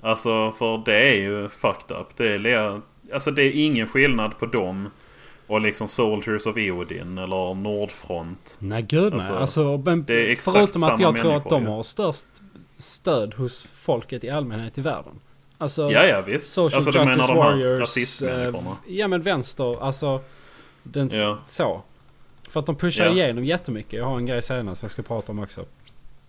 [SPEAKER 2] Alltså för det är ju fucked up. Det är, le- alltså det är ingen skillnad på dem och liksom Soldiers of Odin eller Nordfront.
[SPEAKER 1] Nej gud nej. Alltså,
[SPEAKER 2] Alltså,
[SPEAKER 1] men
[SPEAKER 2] det är exakt
[SPEAKER 1] förutom att
[SPEAKER 2] samma
[SPEAKER 1] jag tror att
[SPEAKER 2] människor,
[SPEAKER 1] de
[SPEAKER 2] ju.
[SPEAKER 1] har störst stöd hos folket i allmänhet i världen. Alltså,
[SPEAKER 2] Ja, ja visst.
[SPEAKER 1] Social
[SPEAKER 2] alltså
[SPEAKER 1] Justice Warriors.
[SPEAKER 2] rasistmänniskorna?
[SPEAKER 1] eh, ja men vänster, alltså. Den,
[SPEAKER 2] Ja.
[SPEAKER 1] Så. För att de pushar
[SPEAKER 2] Ja.
[SPEAKER 1] igenom jättemycket. Jag har en grej senare som jag ska prata om också.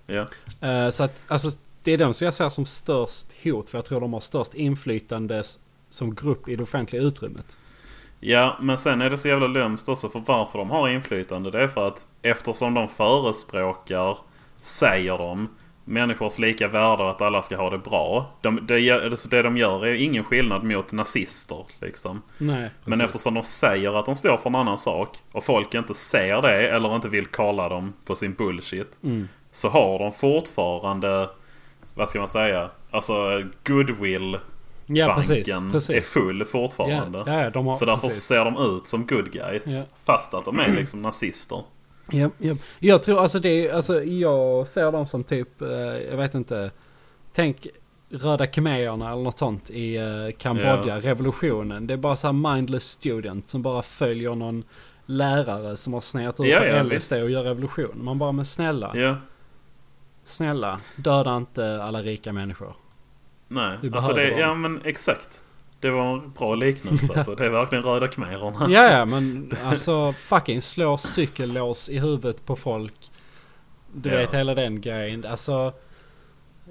[SPEAKER 2] Ja.
[SPEAKER 1] Eh, så att alltså, det är de som jag ser som störst hot. För jag tror de har störst inflytande s- som grupp i det offentliga utrymmet.
[SPEAKER 2] ja, men sen är det så jävla lömskt också för varför de har inflytande. Det är för att eftersom de förespråkar, säger de, människors lika värde och att alla ska ha det bra. De, det, gör- alltså det de gör är ju ingen skillnad mot nazister liksom.
[SPEAKER 1] Nej.
[SPEAKER 2] Men
[SPEAKER 1] precis.
[SPEAKER 2] eftersom de säger att de står för en annan sak och folk inte ser det eller inte vill kalla dem på sin bullshit.
[SPEAKER 1] Mm.
[SPEAKER 2] Så har de fortfarande, vad ska man säga, alltså goodwill-banken
[SPEAKER 1] ja, precis,
[SPEAKER 2] är
[SPEAKER 1] precis.
[SPEAKER 2] full
[SPEAKER 1] Ja,
[SPEAKER 2] fortfarande.
[SPEAKER 1] ja, de har,
[SPEAKER 2] så därför
[SPEAKER 1] precis.
[SPEAKER 2] ser de ut som good guys.
[SPEAKER 1] Ja.
[SPEAKER 2] Fast att de är liksom nazister.
[SPEAKER 1] Ja, ja. Jag tror alltså det är, alltså jag ser dem som typ, eh, jag vet inte. Tänk Röda Khmererna eller något sånt i eh, Kambodja,
[SPEAKER 2] Ja.
[SPEAKER 1] revolutionen. Det är bara så här mindless student som bara följer någon lärare som har snett ut
[SPEAKER 2] Ja,
[SPEAKER 1] på
[SPEAKER 2] ja,
[SPEAKER 1] LSD
[SPEAKER 2] visst.
[SPEAKER 1] och gör revolution. Man bara, men snälla.
[SPEAKER 2] Ja.
[SPEAKER 1] Snälla, döda inte alla rika människor.
[SPEAKER 2] Nej,
[SPEAKER 1] Vi
[SPEAKER 2] alltså det,
[SPEAKER 1] behöver
[SPEAKER 2] ja
[SPEAKER 1] dem.
[SPEAKER 2] men exakt. Det var en bra liknelse alltså. Det är verkligen röda khmererna.
[SPEAKER 1] Ja, ja, men alltså fucking slå cykellås i huvudet på folk. Du
[SPEAKER 2] Ja.
[SPEAKER 1] vet hela den grejen. Alltså,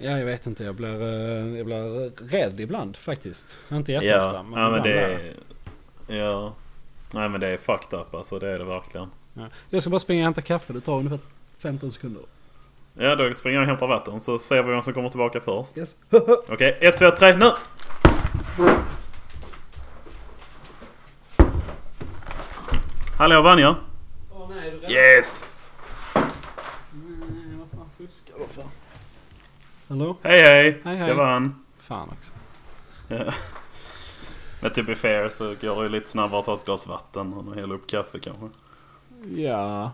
[SPEAKER 1] ja jag vet inte. Jag blir, eh, jag blir rädd ibland faktiskt. Inte
[SPEAKER 2] Ja,
[SPEAKER 1] jätteofta.
[SPEAKER 2] ja,
[SPEAKER 1] men
[SPEAKER 2] men
[SPEAKER 1] ibland
[SPEAKER 2] det
[SPEAKER 1] är det.
[SPEAKER 2] är... Ja. Nej men det är fucked up alltså. Det är det verkligen.
[SPEAKER 1] Ja. Jag ska bara springa och hämta kaffe. Det tar ungefär 15 sekunder.
[SPEAKER 2] Ja, då springer jag och hämtar vatten så ser vi vem som kommer tillbaka först.
[SPEAKER 1] Yes.
[SPEAKER 2] Okej, ett, två, tre, nu! Hallå Vanja!
[SPEAKER 1] Åh nej, är du rädd?
[SPEAKER 2] Yes!
[SPEAKER 1] Nej, vad fan fuskar du för? Hallå?
[SPEAKER 2] Hej hej!
[SPEAKER 1] Hej, hej.
[SPEAKER 2] Det var han.
[SPEAKER 1] Fan också.
[SPEAKER 2] Men to be fair så går det ju lite snabbare att ta ett glas vatten än att hälla upp kaffe kanske.
[SPEAKER 1] Ja,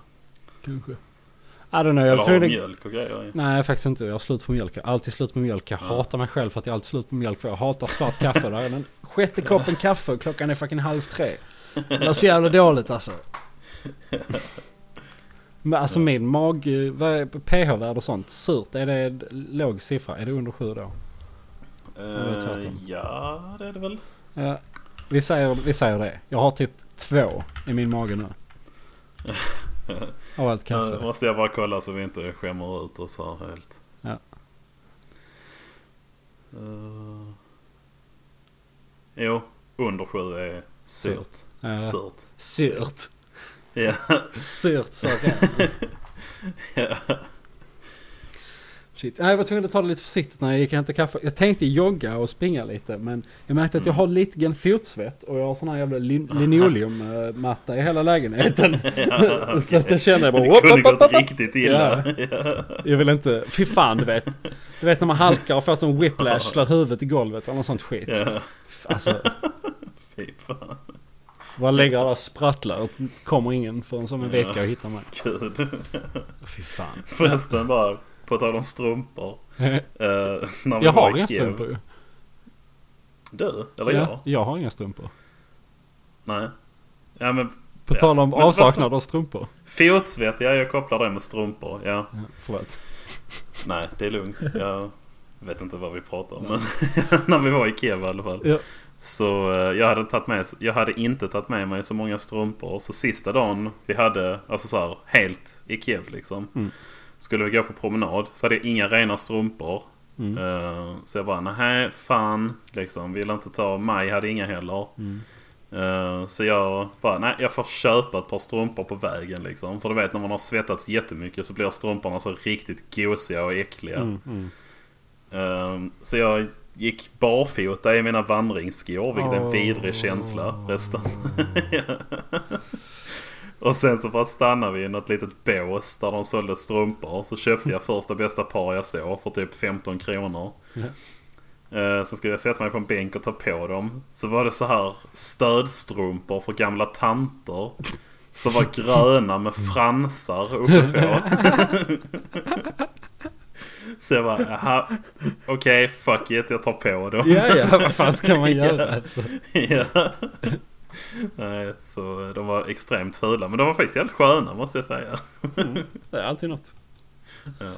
[SPEAKER 1] kanske. I don't know.
[SPEAKER 2] Eller
[SPEAKER 1] Jag
[SPEAKER 2] har
[SPEAKER 1] tror
[SPEAKER 2] de
[SPEAKER 1] det...
[SPEAKER 2] mjölk och grejer i.
[SPEAKER 1] Nej faktiskt inte. Jag har slut på mjölk. Jag har alltid slut på mjölk. Jag hatar mig själv för att jag har alltid slut på mjölk. För jag hatar svart kaffe. Det här är den sjätte koppen kaffe och klockan är fucking halv tre. Det är så jävla dåligt alltså. Men alltså min mag... vad är- pH-värde och sånt. Surt. Är det en låg siffra? Är det under sju då? det är tvärtom.
[SPEAKER 2] Eh, ja, det är det väl.
[SPEAKER 1] Ja, vi, säger, vi säger det. Jag har typ två i min mage nu. Av allt
[SPEAKER 2] Nu
[SPEAKER 1] kaffe.
[SPEAKER 2] måste jag bara kolla så vi inte skämmer ut oss här helt.
[SPEAKER 1] Ja.
[SPEAKER 2] Eh, jo, under sju är surt.
[SPEAKER 1] Eh,
[SPEAKER 2] Surt.
[SPEAKER 1] Surt.
[SPEAKER 2] Ja.
[SPEAKER 1] Surt sa jag.
[SPEAKER 2] Ja.
[SPEAKER 1] Shit. Nej, Jag var tvungen att ta det lite försiktigt när jag gick och hämtade kaffe. Jag tänkte jogga och springa lite men jag märkte att jag
[SPEAKER 2] Mm.
[SPEAKER 1] har lite grann fotsvett och jag har sån här jävla lin- linoleummatta i hela lägenheten. Så att jag känner jag bara...
[SPEAKER 2] Det
[SPEAKER 1] "Whoop,
[SPEAKER 2] kunde
[SPEAKER 1] whoop, whoop,
[SPEAKER 2] gått
[SPEAKER 1] whoop."
[SPEAKER 2] riktigt illa.
[SPEAKER 1] Jag vill inte... Fy fan du vet. Du vet när man halkar och får sån whiplash, slår huvudet i golvet eller något sånt skit.
[SPEAKER 2] Ja,
[SPEAKER 1] Alltså,
[SPEAKER 2] fy fan.
[SPEAKER 1] Bara lägger alla och sprattlar och kommer ingen förrän som en vecka och hittar mig.
[SPEAKER 2] Gud.
[SPEAKER 1] Fy fan.
[SPEAKER 2] Förresten bara, på tal om strumpor. eh, när vi
[SPEAKER 1] Jag har
[SPEAKER 2] var i
[SPEAKER 1] inga
[SPEAKER 2] Kiev-
[SPEAKER 1] strumpor ju.
[SPEAKER 2] Du? Eller jag?
[SPEAKER 1] Ja, jag har inga strumpor.
[SPEAKER 2] Nej. Ja men
[SPEAKER 1] På
[SPEAKER 2] Ja,
[SPEAKER 1] tal om
[SPEAKER 2] men vad sa-
[SPEAKER 1] avsaknad av strumpor.
[SPEAKER 2] fotsvett, ja jag kopplar det med strumpor. Ja.
[SPEAKER 1] Ja, förlåt.
[SPEAKER 2] Nej, det är lugnt. Jag vet inte vad vi pratar om. Men när vi var i Kiev i alla fall.
[SPEAKER 1] Ja.
[SPEAKER 2] Så eh, jag hade, tagit med, jag hade inte tagit med mig så många strumpor. Så sista dagen vi hade, alltså så här, helt i Kiev liksom.
[SPEAKER 1] Mm.
[SPEAKER 2] Skulle vi gå på promenad så hade jag inga rena strumpor.
[SPEAKER 1] Mm.
[SPEAKER 2] Eh, så jag bara, nej fan. Liksom, ville inte ta, Maj hade inga heller.
[SPEAKER 1] Mm.
[SPEAKER 2] Eh, så jag bara, nej jag får köpa ett par strumpor på vägen liksom. För du vet när man har svettats jättemycket så blir strumporna så riktigt gosiga och äckliga.
[SPEAKER 1] Mm, mm.
[SPEAKER 2] Ehm, Så jag gick barfota i mina vandringsskor, vilket är en
[SPEAKER 1] Åh.
[SPEAKER 2] vidrig känsla förresten. och sen så bara stannade vi i något litet bås där de sålde strumpor. Så köpte jag första bästa par jag såg för typ 15 kronor.
[SPEAKER 1] Ja.
[SPEAKER 2] Eh, Sen skulle jag sätta mig på en bänk och ta på dem. Så var det så här stödstrumpor för gamla tanter. Som var gröna med fransar uppe på. Så jag bara, jaha, okej, fuck it, jag tar på dem.
[SPEAKER 1] Ja, ja, vad fan ska man göra alltså?
[SPEAKER 2] Ja. Nej, så de var extremt fula. Men de var faktiskt helt sköna måste jag säga.
[SPEAKER 1] Det är alltid något.
[SPEAKER 2] Ja,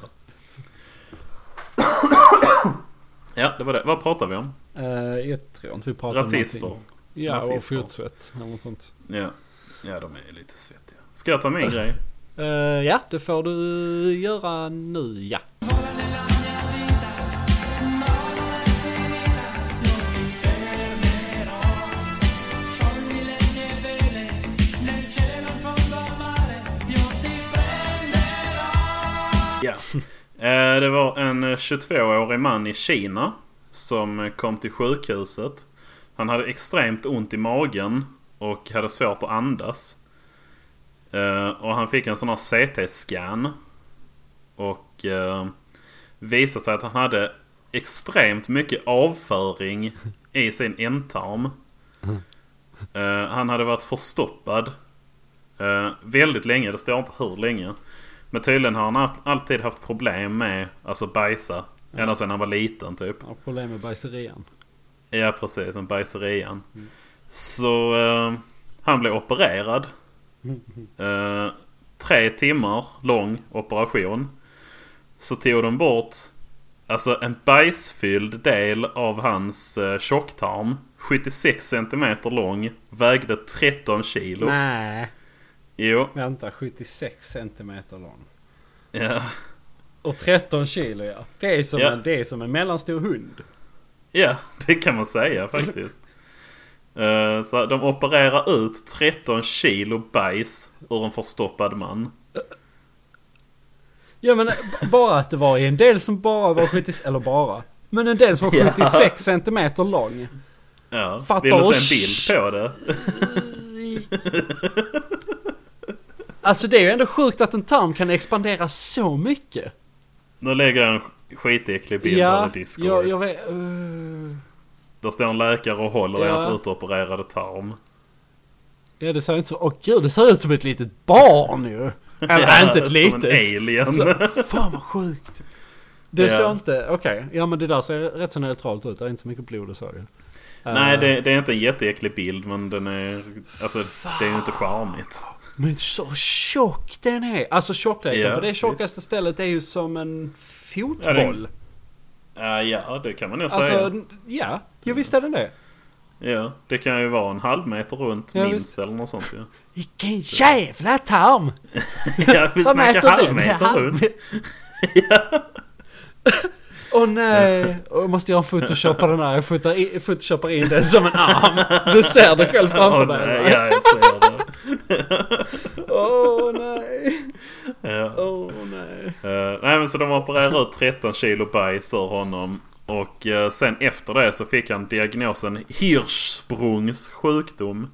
[SPEAKER 2] ja det var det. Vad pratar vi om?
[SPEAKER 1] Eh, jag tror inte vi pratar om
[SPEAKER 2] Rasister.
[SPEAKER 1] någonting. Ja, och
[SPEAKER 2] Rasister.
[SPEAKER 1] fotsvett eller något sånt.
[SPEAKER 2] Ja. ja, de är lite svettiga. Ska jag ta min grej?
[SPEAKER 1] Eh, ja, det får du göra nu ja.
[SPEAKER 2] Ja. Eh, Det var en eh, 22-årig man i Kina som eh, kom till sjukhuset. Han hade extremt ont i magen och hade svårt att andas. Eh, Och han fick en sån här CT-scan. Och eh, visade sig att han hade extremt mycket avföring i sin ändtarm. Eh, Han hade varit förstoppad eh, väldigt länge. Det står inte hur länge. Men tydligen har han all- alltid haft problem med alltså bajsa. Ända sedan han var liten typ.
[SPEAKER 1] Jag har problem med bajserian.
[SPEAKER 2] Ja precis, med bajserian. Så eh, han blev opererad. Eh, tre timmar lång operation. så tog de bort alltså en bajsfylld del av hans eh, tjocktarm. 76 centimeter lång, vägde 13 kilo.
[SPEAKER 1] Nej,
[SPEAKER 2] Jo,
[SPEAKER 1] vänta. 76 centimeter lång.
[SPEAKER 2] ja.
[SPEAKER 1] Och 13 kilo ja. Det är som,
[SPEAKER 2] Ja.
[SPEAKER 1] en, det är som en mellanstor hund.
[SPEAKER 2] Ja, det kan man säga faktiskt. Eh, Så de opererar ut 13 kilo bajs ur en förstoppad man.
[SPEAKER 1] Ja men b- bara att det var en del som bara var 76, eller bara. Men en del som var
[SPEAKER 2] Ja.
[SPEAKER 1] 76 centimeter lång.
[SPEAKER 2] Ja.
[SPEAKER 1] Fattar
[SPEAKER 2] Vill du
[SPEAKER 1] och
[SPEAKER 2] se en bild på det?
[SPEAKER 1] Alltså det är ju ändå sjukt att en tarm kan expandera så mycket.
[SPEAKER 2] Nu lägger jag en skitäcklig bild
[SPEAKER 1] ja,
[SPEAKER 2] på Discord.
[SPEAKER 1] jag, jag vet. eh,
[SPEAKER 2] Där står en läkare och håller i
[SPEAKER 1] Ja.
[SPEAKER 2] hans utopererade tarm.
[SPEAKER 1] ja det ser inte så... Åh gud, det ser ut som ett litet barn ju. Eller
[SPEAKER 2] Ja,
[SPEAKER 1] inte ett
[SPEAKER 2] Som en
[SPEAKER 1] litet.
[SPEAKER 2] alien.
[SPEAKER 1] Alltså, fan vad sjukt. Det
[SPEAKER 2] Ja.
[SPEAKER 1] ser inte... Okej. Ja men det där ser rätt så neutralt ut. Det är inte så mycket blod och så ju.
[SPEAKER 2] Nej,
[SPEAKER 1] Eh,
[SPEAKER 2] det, det är inte en jätteäcklig bild men den är... Alltså, det är ju inte charmigt.
[SPEAKER 1] Men så tjock den är! Alltså tjockleken
[SPEAKER 2] Ja,
[SPEAKER 1] på det tjockaste stället är ju som en
[SPEAKER 2] Ja,
[SPEAKER 1] fotboll.
[SPEAKER 2] den- Eh, ja, det kan man nog
[SPEAKER 1] alltså,
[SPEAKER 2] säga.
[SPEAKER 1] ja. Jo visst är den det.
[SPEAKER 2] Ja, det kan ju vara en halv meter runt
[SPEAKER 1] Ja,
[SPEAKER 2] minst
[SPEAKER 1] visst.
[SPEAKER 2] eller något sånt ju.
[SPEAKER 1] Vilken jävla tarm!
[SPEAKER 2] Ja, vi
[SPEAKER 1] Vad
[SPEAKER 2] snackar
[SPEAKER 1] mäter du?
[SPEAKER 2] halvmeter runt.
[SPEAKER 1] Åh nej! Och Jag måste göra en photoshop på den här. Jag fotar i- photoshoppar in den som en arm. Du ser det själv framför
[SPEAKER 2] Åh,
[SPEAKER 1] dig.
[SPEAKER 2] nej,
[SPEAKER 1] va?
[SPEAKER 2] ja, jag ser det.
[SPEAKER 1] Åh nej!
[SPEAKER 2] Ja.
[SPEAKER 1] Åh nej.
[SPEAKER 2] Eh, nej, men så de opererade ut 13 kilo bajs ur honom. Och eh, sen efter det så fick han diagnosen Hirschsprungs sjukdom.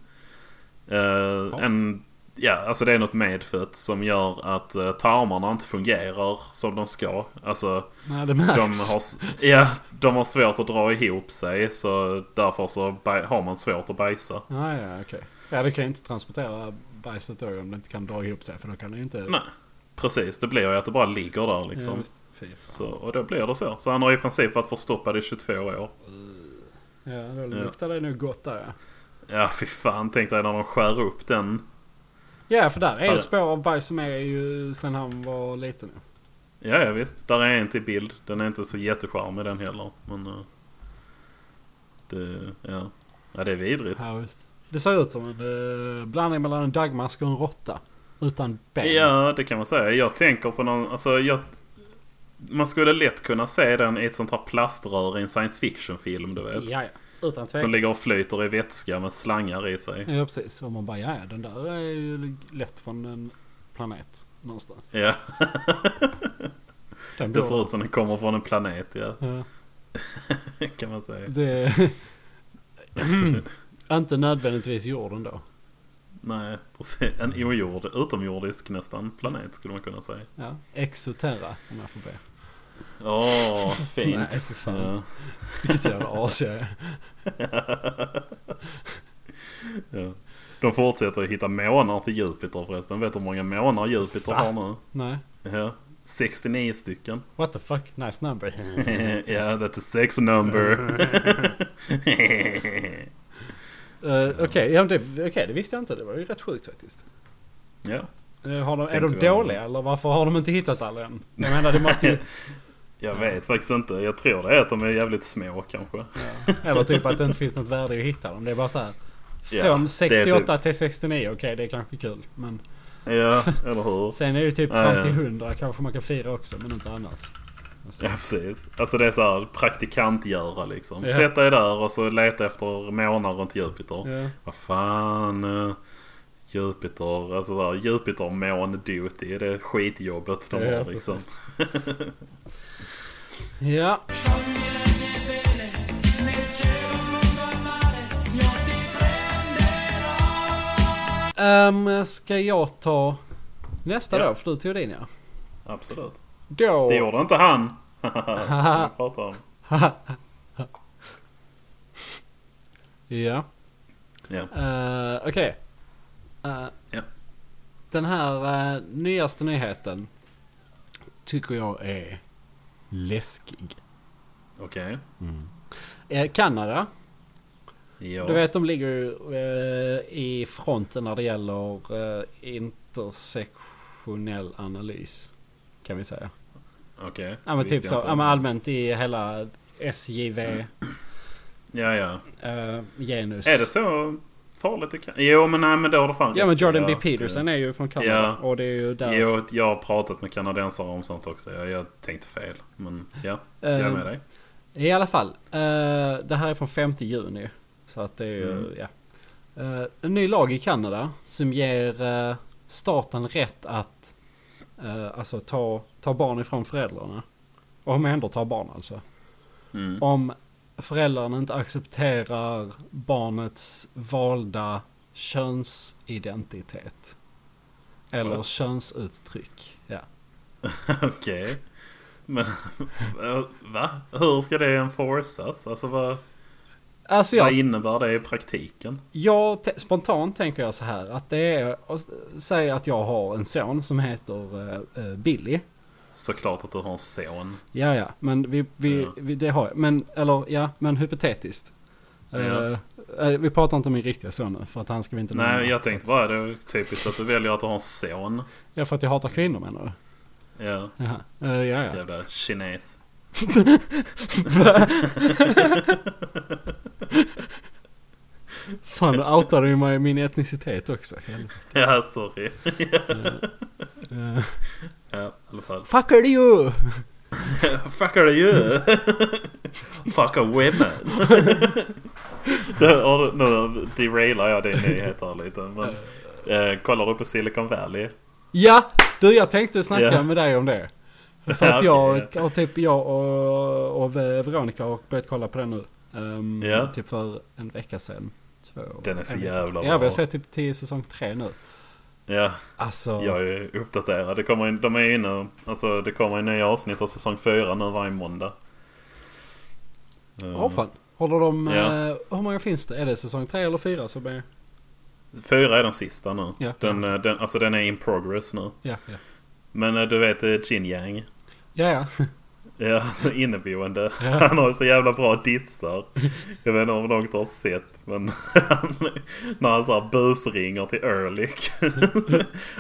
[SPEAKER 2] Eh, En, ja, alltså det är något medfött som gör att eh, tarmarna inte fungerar som de ska. Alltså,
[SPEAKER 1] Nej det
[SPEAKER 2] de
[SPEAKER 1] märks.
[SPEAKER 2] har, s- ja, de har svårt att dra ihop sig så därför så baj- har man svårt att bajsa.
[SPEAKER 1] Ah, ja okej. Ja det kan ju inte transportera bajset då om det inte kan dra ihop sig. För då kan det ju inte...
[SPEAKER 2] Nej, precis. Det blir ju att det bara ligger där
[SPEAKER 1] Ja,
[SPEAKER 2] liksom.
[SPEAKER 1] visst. Fy fan.
[SPEAKER 2] Så, och då blir det så. Så han har i princip varit förstoppad i 22 år.
[SPEAKER 1] Ja, då luktar det nog gott där ja.
[SPEAKER 2] Ja, fy fan. Tänk dig när de skär upp den.
[SPEAKER 1] Ja, för där är
[SPEAKER 2] Ja,
[SPEAKER 1] ju
[SPEAKER 2] det-
[SPEAKER 1] spår av bajs som är ju sen han var liten.
[SPEAKER 2] Ja, ja visst. Där är en till bild. Den är inte så jättecharmig den heller. Men... eh, Det, ja. ja, det är vidrigt.
[SPEAKER 1] Ja, visst. Det ser ut som en eh, blandning mellan en dagmask och en råtta. Utan ben.
[SPEAKER 2] Ja, det kan man säga. Jag tänker på någon... Alltså, jag... Man skulle lätt kunna se den i ett sånt här plaströr i en science fiction-film, du vet.
[SPEAKER 1] ja, ja. Utan
[SPEAKER 2] Som
[SPEAKER 1] tvekan.
[SPEAKER 2] ligger och flyter i vätska med slangar i sig.
[SPEAKER 1] Ja, precis. Och man bara, ja, ja, den där är ju lätt från en planet någonstans.
[SPEAKER 2] Ja,
[SPEAKER 1] Den
[SPEAKER 2] det
[SPEAKER 1] bor
[SPEAKER 2] ser ut som den kommer från en planet, ja.
[SPEAKER 1] där. Ja,
[SPEAKER 2] kan man säga.
[SPEAKER 1] det... Inte nödvändigtvis jorden då.
[SPEAKER 2] Nej, precis. En ogjord, utomjordisk nästan planet skulle man kunna säga.
[SPEAKER 1] Ja. Exoterra, om jag får be.
[SPEAKER 2] Åh, fint.
[SPEAKER 1] Nej, för fan. Vilket jävla as jag är.
[SPEAKER 2] Ja. De fortsätter att hitta månar till Jupiter förresten. Vet du hur många månar Jupiter har nu?
[SPEAKER 1] Nej.
[SPEAKER 2] Ja. 69 stycken.
[SPEAKER 1] What the fuck? Nice number.
[SPEAKER 2] ja, that's a sex number.
[SPEAKER 1] Uh, Okej, ja, men det, okej, det visste jag inte. Det var ju rätt sjukt faktiskt.
[SPEAKER 2] ja.
[SPEAKER 1] Eh, har de, är
[SPEAKER 2] Tänker
[SPEAKER 1] de
[SPEAKER 2] vi om-
[SPEAKER 1] dåliga eller varför har de inte hittat alla än? Jag menar det måste ju...
[SPEAKER 2] Jag vet faktiskt inte. Jag tror det är att de är jävligt små kanske.
[SPEAKER 1] Eller typ att det inte finns något värde i att hitta dem. Det är bara så här.
[SPEAKER 2] Ja,
[SPEAKER 1] Från
[SPEAKER 2] det är typ-
[SPEAKER 1] 68 till 69, okej det är kanske kul. Men
[SPEAKER 2] Ja, eller hur?
[SPEAKER 1] sen är det ju typ
[SPEAKER 2] Ja,
[SPEAKER 1] fram
[SPEAKER 2] ja.
[SPEAKER 1] till 100 kanske man kan fira också men inte annars. Alltså,
[SPEAKER 2] Ja precis. Alltså det är så här praktikantgöra liksom.
[SPEAKER 1] Ja.
[SPEAKER 2] Sätt dig där och så leta efter månar runt Jupiter.
[SPEAKER 1] ja.
[SPEAKER 2] Vad fan. eh, Jupiter, alltså där, Jupiter mån duty. Det är skitjobbet de
[SPEAKER 1] Ja,
[SPEAKER 2] har liksom.
[SPEAKER 1] precis. ja. Ehm, ska jag ta nästa
[SPEAKER 2] Ja.
[SPEAKER 1] då? För du tog din ja.
[SPEAKER 2] Absolut.
[SPEAKER 1] Då...
[SPEAKER 2] Det gjorde inte han. Som vi pratar om.
[SPEAKER 1] Ja.
[SPEAKER 2] Ja.
[SPEAKER 1] Eh, Okej. Eh,
[SPEAKER 2] Ja.
[SPEAKER 1] Den här eh, nyaste nyheten tycker jag är läskig.
[SPEAKER 2] Okej.
[SPEAKER 1] Eh, Kanada,
[SPEAKER 2] Ja.
[SPEAKER 1] du vet de ligger ju eh, i fronten när det gäller eh, intersektionell analys. Kan vi säga.
[SPEAKER 2] Okej.
[SPEAKER 1] Ja men
[SPEAKER 2] Visste
[SPEAKER 1] typ
[SPEAKER 2] jag
[SPEAKER 1] så.
[SPEAKER 2] inte.
[SPEAKER 1] Ja, men allmänt i hela SJV-genus.
[SPEAKER 2] Ja, ja. Mm.
[SPEAKER 1] eh,
[SPEAKER 2] Är det så farligt? Det kan... Jo, men nej, men det har du fan
[SPEAKER 1] Ja men
[SPEAKER 2] rätt i.
[SPEAKER 1] Jordan B.
[SPEAKER 2] Ja,
[SPEAKER 1] Peterson är ju från Kanada.
[SPEAKER 2] Ja.
[SPEAKER 1] Och det är ju där.
[SPEAKER 2] det- Jo, jag har pratat med kanadensare om sånt också. Jag, jag tänkte fel. Men ja, jag är
[SPEAKER 1] Eh,
[SPEAKER 2] med dig.
[SPEAKER 1] I alla fall. eh, det här är från 5 juni. Så att det är ju,
[SPEAKER 2] Mm.
[SPEAKER 1] ja. Eh, en ny lag i Kanada som ger eh, staten rätt att eh, alltså ta, ta barn ifrån föräldrarna. Och omhänderta barn alltså.
[SPEAKER 2] Mm.
[SPEAKER 1] Om föräldrarna inte accepterar barnets valda könsidentitet. Eller
[SPEAKER 2] What?
[SPEAKER 1] könsuttryck. Ja.
[SPEAKER 2] Okej. Men eh, va? Hur ska det enforcas? Alltså vad,
[SPEAKER 1] Alltså jag
[SPEAKER 2] vad innebär det i praktiken?
[SPEAKER 1] Jag te- spontant tänker jag så här att det är att säga att jag har en son som heter eh, eh, Billy.
[SPEAKER 2] Såklart att du har en son.
[SPEAKER 1] Ja, ja, men vi, vi,
[SPEAKER 2] Ja.
[SPEAKER 1] vi det har jag. Men, eller ja, men hypotetiskt. Eh,
[SPEAKER 2] Ja.
[SPEAKER 1] eh, vi pratar inte om min riktiga son nu för att han ska vi inte nämna.
[SPEAKER 2] Nej, jag tänkte bara det är typiskt att du väljer att du har en son.
[SPEAKER 1] Ja, för att jag hatar kvinnor menar du?
[SPEAKER 2] Ja,
[SPEAKER 1] Jaha. Eh, ja, ja.
[SPEAKER 2] jävla kines.
[SPEAKER 1] Fan, du outade ju mig min etnicitet också. Helvete.
[SPEAKER 2] Ja, sorry.
[SPEAKER 1] Eh,
[SPEAKER 2] Ja, i alla fall.
[SPEAKER 1] fucker you!
[SPEAKER 2] Fuck are you? Fuck are women? Nu- har du- nu derailar jag din nyhet här lite. Men, eh, kollar du på Silicon Valley?
[SPEAKER 1] Ja, du jag tänkte snacka
[SPEAKER 2] Ja.
[SPEAKER 1] med dig om det. För
[SPEAKER 2] Ja,
[SPEAKER 1] att jag,
[SPEAKER 2] okej,
[SPEAKER 1] och typ jag och, och Veronica har börjat kolla på den nu. Ehm,
[SPEAKER 2] Ja.
[SPEAKER 1] Typ för en vecka sedan. Två,
[SPEAKER 2] Den är så
[SPEAKER 1] en vecka.
[SPEAKER 2] jävla
[SPEAKER 1] Ja, vi har
[SPEAKER 2] bra.
[SPEAKER 1] sett typ till säsong tre nu.
[SPEAKER 2] Ja,
[SPEAKER 1] Alltså,
[SPEAKER 2] jag är uppdaterad. Det kommer in, de är inne, alltså, det kommer in nya avsnitt av säsong 4 nu varje måndag.
[SPEAKER 1] ja fan. Håller de,
[SPEAKER 2] Ja.
[SPEAKER 1] eh, hur många finns det? Är det säsong tre eller fyra som är?
[SPEAKER 2] Eh, Fyra är den sista nu.
[SPEAKER 1] Ja.
[SPEAKER 2] Den, eh, den, alltså den är in progress nu.
[SPEAKER 1] Ja, ja.
[SPEAKER 2] Men eh, du vet eh, Jin Yang.
[SPEAKER 1] Ja, ja.
[SPEAKER 2] Ja, alltså inneboende. Han har så jävla bra dissar. Jag vet inte om någon har sett, men han, när han så här busringer till Erlich.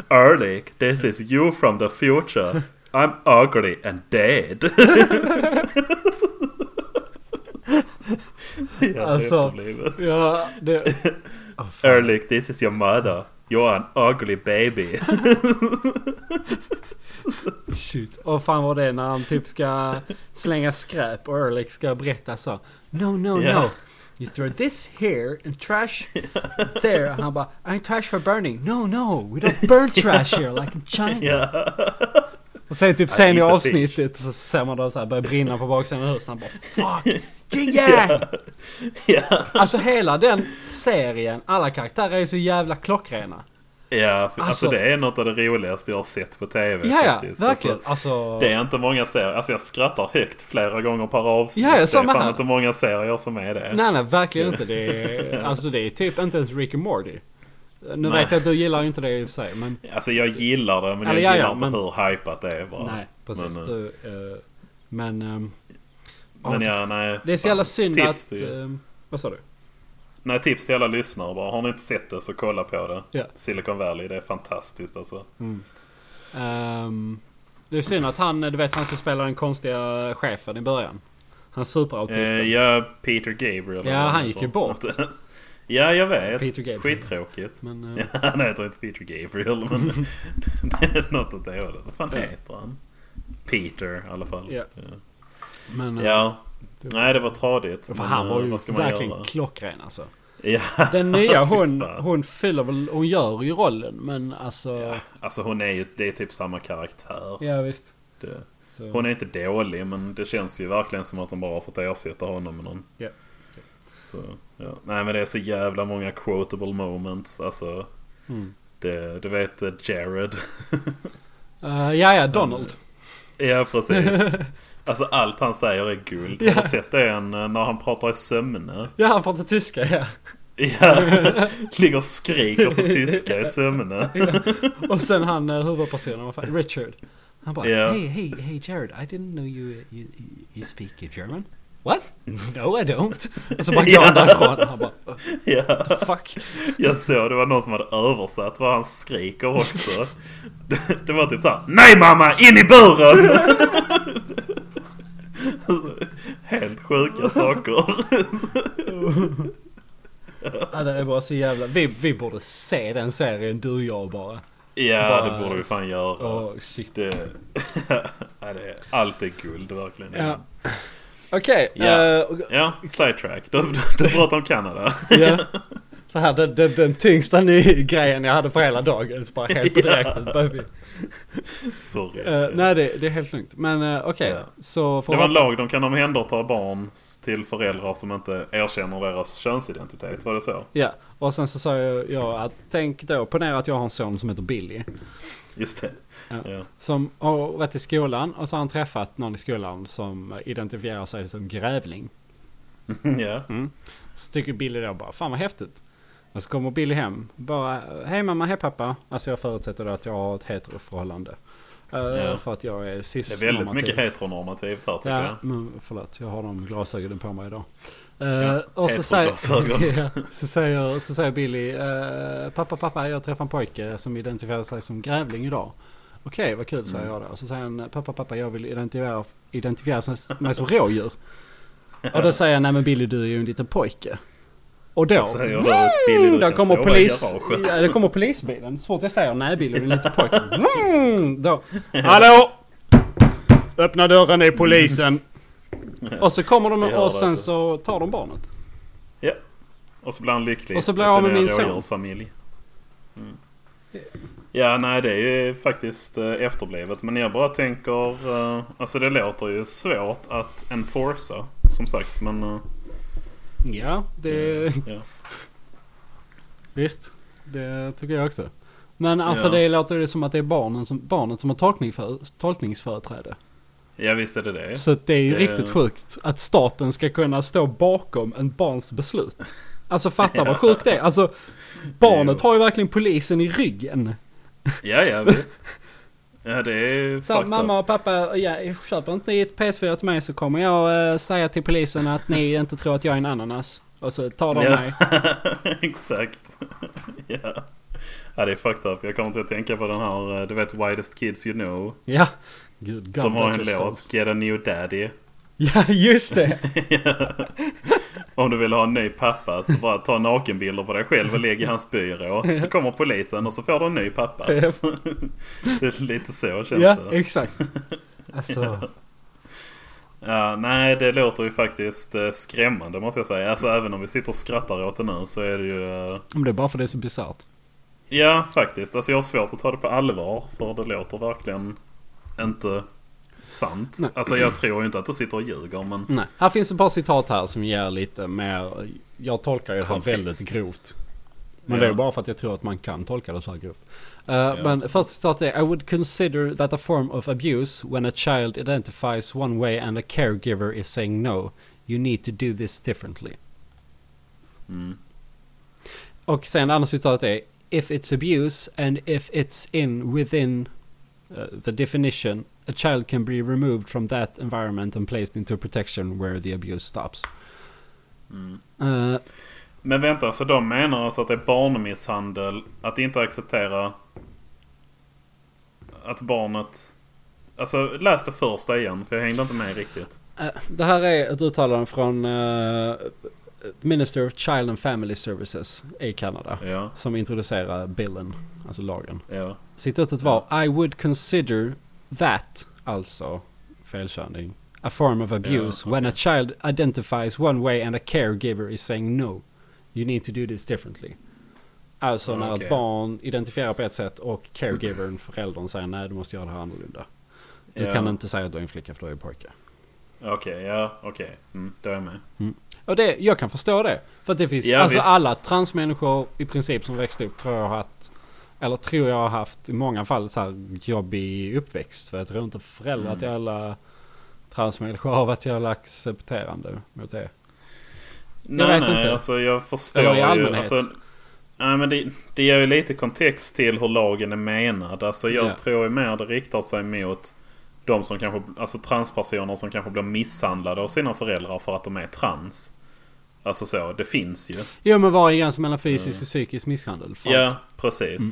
[SPEAKER 2] Erlich, this is you from the future. I'm ugly and dead. Jävla
[SPEAKER 1] Alltså.
[SPEAKER 2] efterblivet.
[SPEAKER 1] ja det,
[SPEAKER 2] Erlich, this is your mother. You're an ugly baby.
[SPEAKER 1] Shit. Och fan var det när han typ ska slänga skräp och Erlich ska berätta så. No, no,
[SPEAKER 2] Ja.
[SPEAKER 1] no. You throw this here and trash there. Han bara, I'm trash for burning. No, no. We don't burn trash here like in China.
[SPEAKER 2] Ja.
[SPEAKER 1] Och sen typ sen i
[SPEAKER 2] eat the
[SPEAKER 1] avsnittet så ser man då så här börjar brinna på baksidan av huset. Han bara, fuck. Yeah.
[SPEAKER 2] Ja.
[SPEAKER 1] Alltså hela den serien, alla karaktärer är så jävla klockrena.
[SPEAKER 2] Ja, för, alltså,
[SPEAKER 1] Alltså-
[SPEAKER 2] det är något av det roligaste jag har sett på TV
[SPEAKER 1] Ja, ja,
[SPEAKER 2] faktiskt.
[SPEAKER 1] verkligen.
[SPEAKER 2] Alltså,
[SPEAKER 1] Alltså,
[SPEAKER 2] det är inte många serier, alltså jag skrattar högt flera gånger per avsnitt.
[SPEAKER 1] Ja, ja,
[SPEAKER 2] det är
[SPEAKER 1] samma
[SPEAKER 2] fan
[SPEAKER 1] här.
[SPEAKER 2] inte många serier som är det.
[SPEAKER 1] Nej, nej, verkligen inte. Det är, alltså det är typ inte ens Rick and Morty. Nu
[SPEAKER 2] Nej.
[SPEAKER 1] vet jag att du gillar inte det i och för sig, men...
[SPEAKER 2] Alltså jag gillar det men
[SPEAKER 1] Eller, ja,
[SPEAKER 2] jag gillar
[SPEAKER 1] ja,
[SPEAKER 2] inte
[SPEAKER 1] men-
[SPEAKER 2] hur hypat det är bara.
[SPEAKER 1] Nej, precis.
[SPEAKER 2] Men, eh,
[SPEAKER 1] du, eh, men... ehm,
[SPEAKER 2] men
[SPEAKER 1] ja,
[SPEAKER 2] ja, nej.
[SPEAKER 1] det är så
[SPEAKER 2] fan.
[SPEAKER 1] jävla synd
[SPEAKER 2] tips
[SPEAKER 1] att...
[SPEAKER 2] Till,
[SPEAKER 1] ehm, vad sa du?
[SPEAKER 2] nej, tips till alla lyssnare bara. Har ni inte sett det så kolla på det.
[SPEAKER 1] Ja.
[SPEAKER 2] Silicon Valley, det är fantastiskt alltså.
[SPEAKER 1] Ehm, det är synd att han, du vet han som spelar den konstiga chefen i början. Han superautisten.
[SPEAKER 2] Eh, ja, Peter Gabriel.
[SPEAKER 1] Ja,
[SPEAKER 2] eller vad
[SPEAKER 1] han gick ju
[SPEAKER 2] heter.
[SPEAKER 1] bort.
[SPEAKER 2] ja, jag vet.
[SPEAKER 1] Peter Gabriel.
[SPEAKER 2] Skittråkigt.
[SPEAKER 1] Men, eh,
[SPEAKER 2] Ja, han heter inte Peter Gabriel men det är något åt det hållet. Vad fan heter han? Peter i alla fall.
[SPEAKER 1] Ja.
[SPEAKER 2] Ja.
[SPEAKER 1] men, eh,
[SPEAKER 2] ja. Nej det var tradigt. eh,
[SPEAKER 1] För han var ju
[SPEAKER 2] vad ska man
[SPEAKER 1] verkligen
[SPEAKER 2] göra?
[SPEAKER 1] klockren alltså.
[SPEAKER 2] Ja.
[SPEAKER 1] Den nya
[SPEAKER 2] Fy
[SPEAKER 1] hon,
[SPEAKER 2] fan.
[SPEAKER 1] hon fyller väl, hon gör ju rollen men alltså...
[SPEAKER 2] Alltså hon är ju, det är typ samma karaktär.
[SPEAKER 1] Ja, visst.
[SPEAKER 2] Det.
[SPEAKER 1] Så.
[SPEAKER 2] Hon är inte dålig men det känns ju verkligen som att de bara har fått ersätta honom med någon.
[SPEAKER 1] Ja.
[SPEAKER 2] Så, ja. Nej men det är så jävla många quotable moments alltså.
[SPEAKER 1] Mm.
[SPEAKER 2] Det, du vet eh, Jared.
[SPEAKER 1] Eh, ja, ja, Donald.
[SPEAKER 2] Ja precis. Alltså allt han säger är guld.
[SPEAKER 1] Ja.
[SPEAKER 2] Har du sett det än eh, när han pratar i sömne?
[SPEAKER 1] Ja, han pratar tyska, ja.
[SPEAKER 2] Ja. Ligger och skriker på tyska i sömne.
[SPEAKER 1] Och sen han eh, huvudpersonen, vad fan, Richard. Han bara,
[SPEAKER 2] Ja.
[SPEAKER 1] hey, hey, hey Jared, I didn't know you, you, you- you speak German. What? No I don't. Och så bara går han
[SPEAKER 2] Ja.
[SPEAKER 1] därifrån. Han bara, "Oh,
[SPEAKER 2] Ja.
[SPEAKER 1] the fuck.
[SPEAKER 2] Jag såg det var någon som hade översatt vad han skriker också. Det, det var typ såhär Nej mamma, in i buren! Helt sjuka saker.
[SPEAKER 1] Ja, det är bara så jävla... Vi, vi borde se den serien, du och jag bara.
[SPEAKER 2] Ja,
[SPEAKER 1] Bara-
[SPEAKER 2] det borde vi fan göra.
[SPEAKER 1] Åh, shit.
[SPEAKER 2] Det... ja, det är... Allt är guld, verkligen.
[SPEAKER 1] Ja. Okej.
[SPEAKER 2] Ja.
[SPEAKER 1] eh,
[SPEAKER 2] Ja, sidetrack. Du, du, du pratar om Kanada.
[SPEAKER 1] Ja. Så här, det, det, den tyngsta ny grejen jag hade på hela dagen. Så bara helt på direkten. Bara vi-
[SPEAKER 2] Sorry.
[SPEAKER 1] Eh, nej, det, det är helt lugnt. Men eh, okej.
[SPEAKER 2] Ja.
[SPEAKER 1] Så för
[SPEAKER 2] Det var en
[SPEAKER 1] att-
[SPEAKER 2] lag, de kan omhänderta barn till föräldrar som inte erkänner deras könsidentitet. Var det så?
[SPEAKER 1] Ja, och sen så sa jag, jag att tänk då, ponera att jag har en son som heter Billy.
[SPEAKER 2] Just det.
[SPEAKER 1] Ja.
[SPEAKER 2] Ja.
[SPEAKER 1] Som har varit i skolan och så har han träffat någon i skolan som identifierar sig som grävling.
[SPEAKER 2] ja.
[SPEAKER 1] Mm. Så tycker Billy då bara, fan vad häftigt. Och så kommer Billy hem. Bara, hej mamma, hej pappa. Alltså jag förutsätter då att jag har ett heteroförhållande. Uh,
[SPEAKER 2] Ja.
[SPEAKER 1] För att jag är
[SPEAKER 2] Det
[SPEAKER 1] cis
[SPEAKER 2] är väldigt mycket heteronormativt här tycker
[SPEAKER 1] Ja,
[SPEAKER 2] jag.
[SPEAKER 1] men förlåt. Jag har de glasögonen på mig idag. Eh,
[SPEAKER 2] Ja,
[SPEAKER 1] och så
[SPEAKER 2] helt
[SPEAKER 1] säger,
[SPEAKER 2] glasögon.
[SPEAKER 1] ja, så, säger, så säger Billy, eh, pappa, pappa, jag träffar en pojke som identifierar sig som grävling idag. Okej, vad kul, säger
[SPEAKER 2] Mm.
[SPEAKER 1] jag då. Och så säger han, pappa, pappa, jag vill identifiera, identifiera som- mig som rådjur. Och då säger jag, nej men Billy, du är ju en liten pojke. Och då,
[SPEAKER 2] Så jag rör ut Billy du
[SPEAKER 1] där
[SPEAKER 2] kan
[SPEAKER 1] kommer,
[SPEAKER 2] sova
[SPEAKER 1] polis,
[SPEAKER 2] i garaget.
[SPEAKER 1] ja, det kommer polisbilen. Så fort jag säger nej Billy, du är en liten pojke. Mm, då, hallå! Öppna dörren, det är polisen. Och så kommer de
[SPEAKER 2] Vi hör
[SPEAKER 1] och
[SPEAKER 2] det,
[SPEAKER 1] sen
[SPEAKER 2] alltså.
[SPEAKER 1] så tar de barnet.
[SPEAKER 2] Ja. Och så blir han lycklig.
[SPEAKER 1] Och så blir jag av med
[SPEAKER 2] sin
[SPEAKER 1] min son.
[SPEAKER 2] rådjursfamilj. Mm. Ja, nej det är ju faktiskt eh, efterblivet. Men jag bara tänker... Eh, alltså det låter ju svårt att enforca. Som sagt, men... Eh,
[SPEAKER 1] Ja, det...
[SPEAKER 2] ja.
[SPEAKER 1] Mm. Visst. Det tycker jag också. Men alltså
[SPEAKER 2] Ja.
[SPEAKER 1] det låter ju som att det är barnen som, barnet som har tolkningsför, tolkningsföreträde.
[SPEAKER 2] ja, visst är det det.
[SPEAKER 1] Så att det är ju
[SPEAKER 2] Det-
[SPEAKER 1] riktigt sjukt att staten ska kunna stå bakom en barns beslut. Alltså fatta vad sjukt det är. Alltså barnet
[SPEAKER 2] Jo.
[SPEAKER 1] har ju verkligen polisen i ryggen.
[SPEAKER 2] Ja, ja visst. Ja, det är
[SPEAKER 1] Så här,
[SPEAKER 2] fakta.
[SPEAKER 1] mamma och pappa, ja, köper inte ni ett PS4 till mig så kommer jag eh, säga till polisen att ni inte tror att jag är en ananas. Och så tar de mig.
[SPEAKER 2] Exakt. ja. ja, det är fucked up. Jag kommer till att tänka på den här, eh, du vet Widest Kids You Know.
[SPEAKER 1] Ja. Gud, God,
[SPEAKER 2] De har
[SPEAKER 1] that
[SPEAKER 2] en
[SPEAKER 1] was
[SPEAKER 2] låt,
[SPEAKER 1] so-
[SPEAKER 2] Get a New Daddy.
[SPEAKER 1] Ja, just det.
[SPEAKER 2] Om du vill ha en ny pappa så bara ta nakenbilder på dig själv och lägg i hans byrå. Så kommer polisen och så får du en ny pappa.
[SPEAKER 1] Ja.
[SPEAKER 2] det är lite så känns
[SPEAKER 1] ja,
[SPEAKER 2] det.
[SPEAKER 1] exakt. Alltså,
[SPEAKER 2] Ja, nej, det låter ju faktiskt eh, skrämmande måste jag säga. Alltså även om vi sitter och skrattar åt det nu så är det ju... eh,
[SPEAKER 1] om det är bara för det är så bisarrt.
[SPEAKER 2] Ja, faktiskt. Alltså jag har svårt att ta det på allvar. För det låter verkligen inte sant.
[SPEAKER 1] Nej.
[SPEAKER 2] Alltså jag tror ju inte att du sitter och ljuger men...
[SPEAKER 1] Nej. Här finns ett par citat här som ger lite mer... Jag tolkar ju det här
[SPEAKER 2] Kontext.
[SPEAKER 1] väldigt grovt. Men
[SPEAKER 2] Ja.
[SPEAKER 1] det är bara för att jag tror att man kan tolka det så här grovt. Eh, men
[SPEAKER 2] absolut.
[SPEAKER 1] första citatet är I would consider that a form of abuse when a child identifies one way and a caregiver is saying no. You need to do this differently.
[SPEAKER 2] Mm.
[SPEAKER 1] Och sen det andra citatet är If it's abuse and if it's in within uh, the definition a child can be removed from that environment and placed into protection where the abuse stops. Eh,
[SPEAKER 2] Men vänta, så de menar alltså att det är barnmisshandel att inte acceptera att barnet... Alltså läs det första igen för jag hängde inte med riktigt.
[SPEAKER 1] Eh, Det här är ett uttalande från eh, Minister of Child and Family Services i Kanada.
[SPEAKER 2] Ja,
[SPEAKER 1] Som introducerar billen, alltså lagen.
[SPEAKER 2] ja,
[SPEAKER 1] Citatet var I would consider that, alltså felkörning, a form of abuse when a child identifies one way and a caregiver is saying no. You need to do this differently. Alltså när
[SPEAKER 2] Okej.
[SPEAKER 1] ett barn identifierar på ett sätt och caregivern, föräldern, säger nej du måste göra det här annorlunda. Du
[SPEAKER 2] Ja.
[SPEAKER 1] kan inte säga att du är en flicka för du är en pojke.
[SPEAKER 2] okej, ja, okej. Mm, då är jag med.
[SPEAKER 1] Och det, jag kan förstå det. För att det finns,
[SPEAKER 2] Ja,
[SPEAKER 1] alltså
[SPEAKER 2] visst.
[SPEAKER 1] alla transmänniskor i princip som växte upp tror jag har haft, eller tror jag har haft i många fall så här jobbig uppväxt. För jag tror inte föräldrar
[SPEAKER 2] Mm.
[SPEAKER 1] till alla transmänniskor har varit så jävla accepterande mot det.
[SPEAKER 2] Nej,
[SPEAKER 1] vet
[SPEAKER 2] nej,
[SPEAKER 1] inte.
[SPEAKER 2] alltså jag förstår
[SPEAKER 1] Eller i
[SPEAKER 2] ju.
[SPEAKER 1] allmänhet.
[SPEAKER 2] Alltså, nej, men det, det ger ju lite kontext till hur lagen är menad. Alltså jag
[SPEAKER 1] Ja.
[SPEAKER 2] tror ju mer det riktar sig mot de som kanske, alltså transpersoner som kanske blir misshandlade av sina föräldrar för att de är trans. Alltså så, det finns ju.
[SPEAKER 1] Jo men var är gränsen mellan fysisk och psykisk misshandel? För
[SPEAKER 2] Mm. Ja,
[SPEAKER 1] att-
[SPEAKER 2] precis.
[SPEAKER 1] Mm. Mm.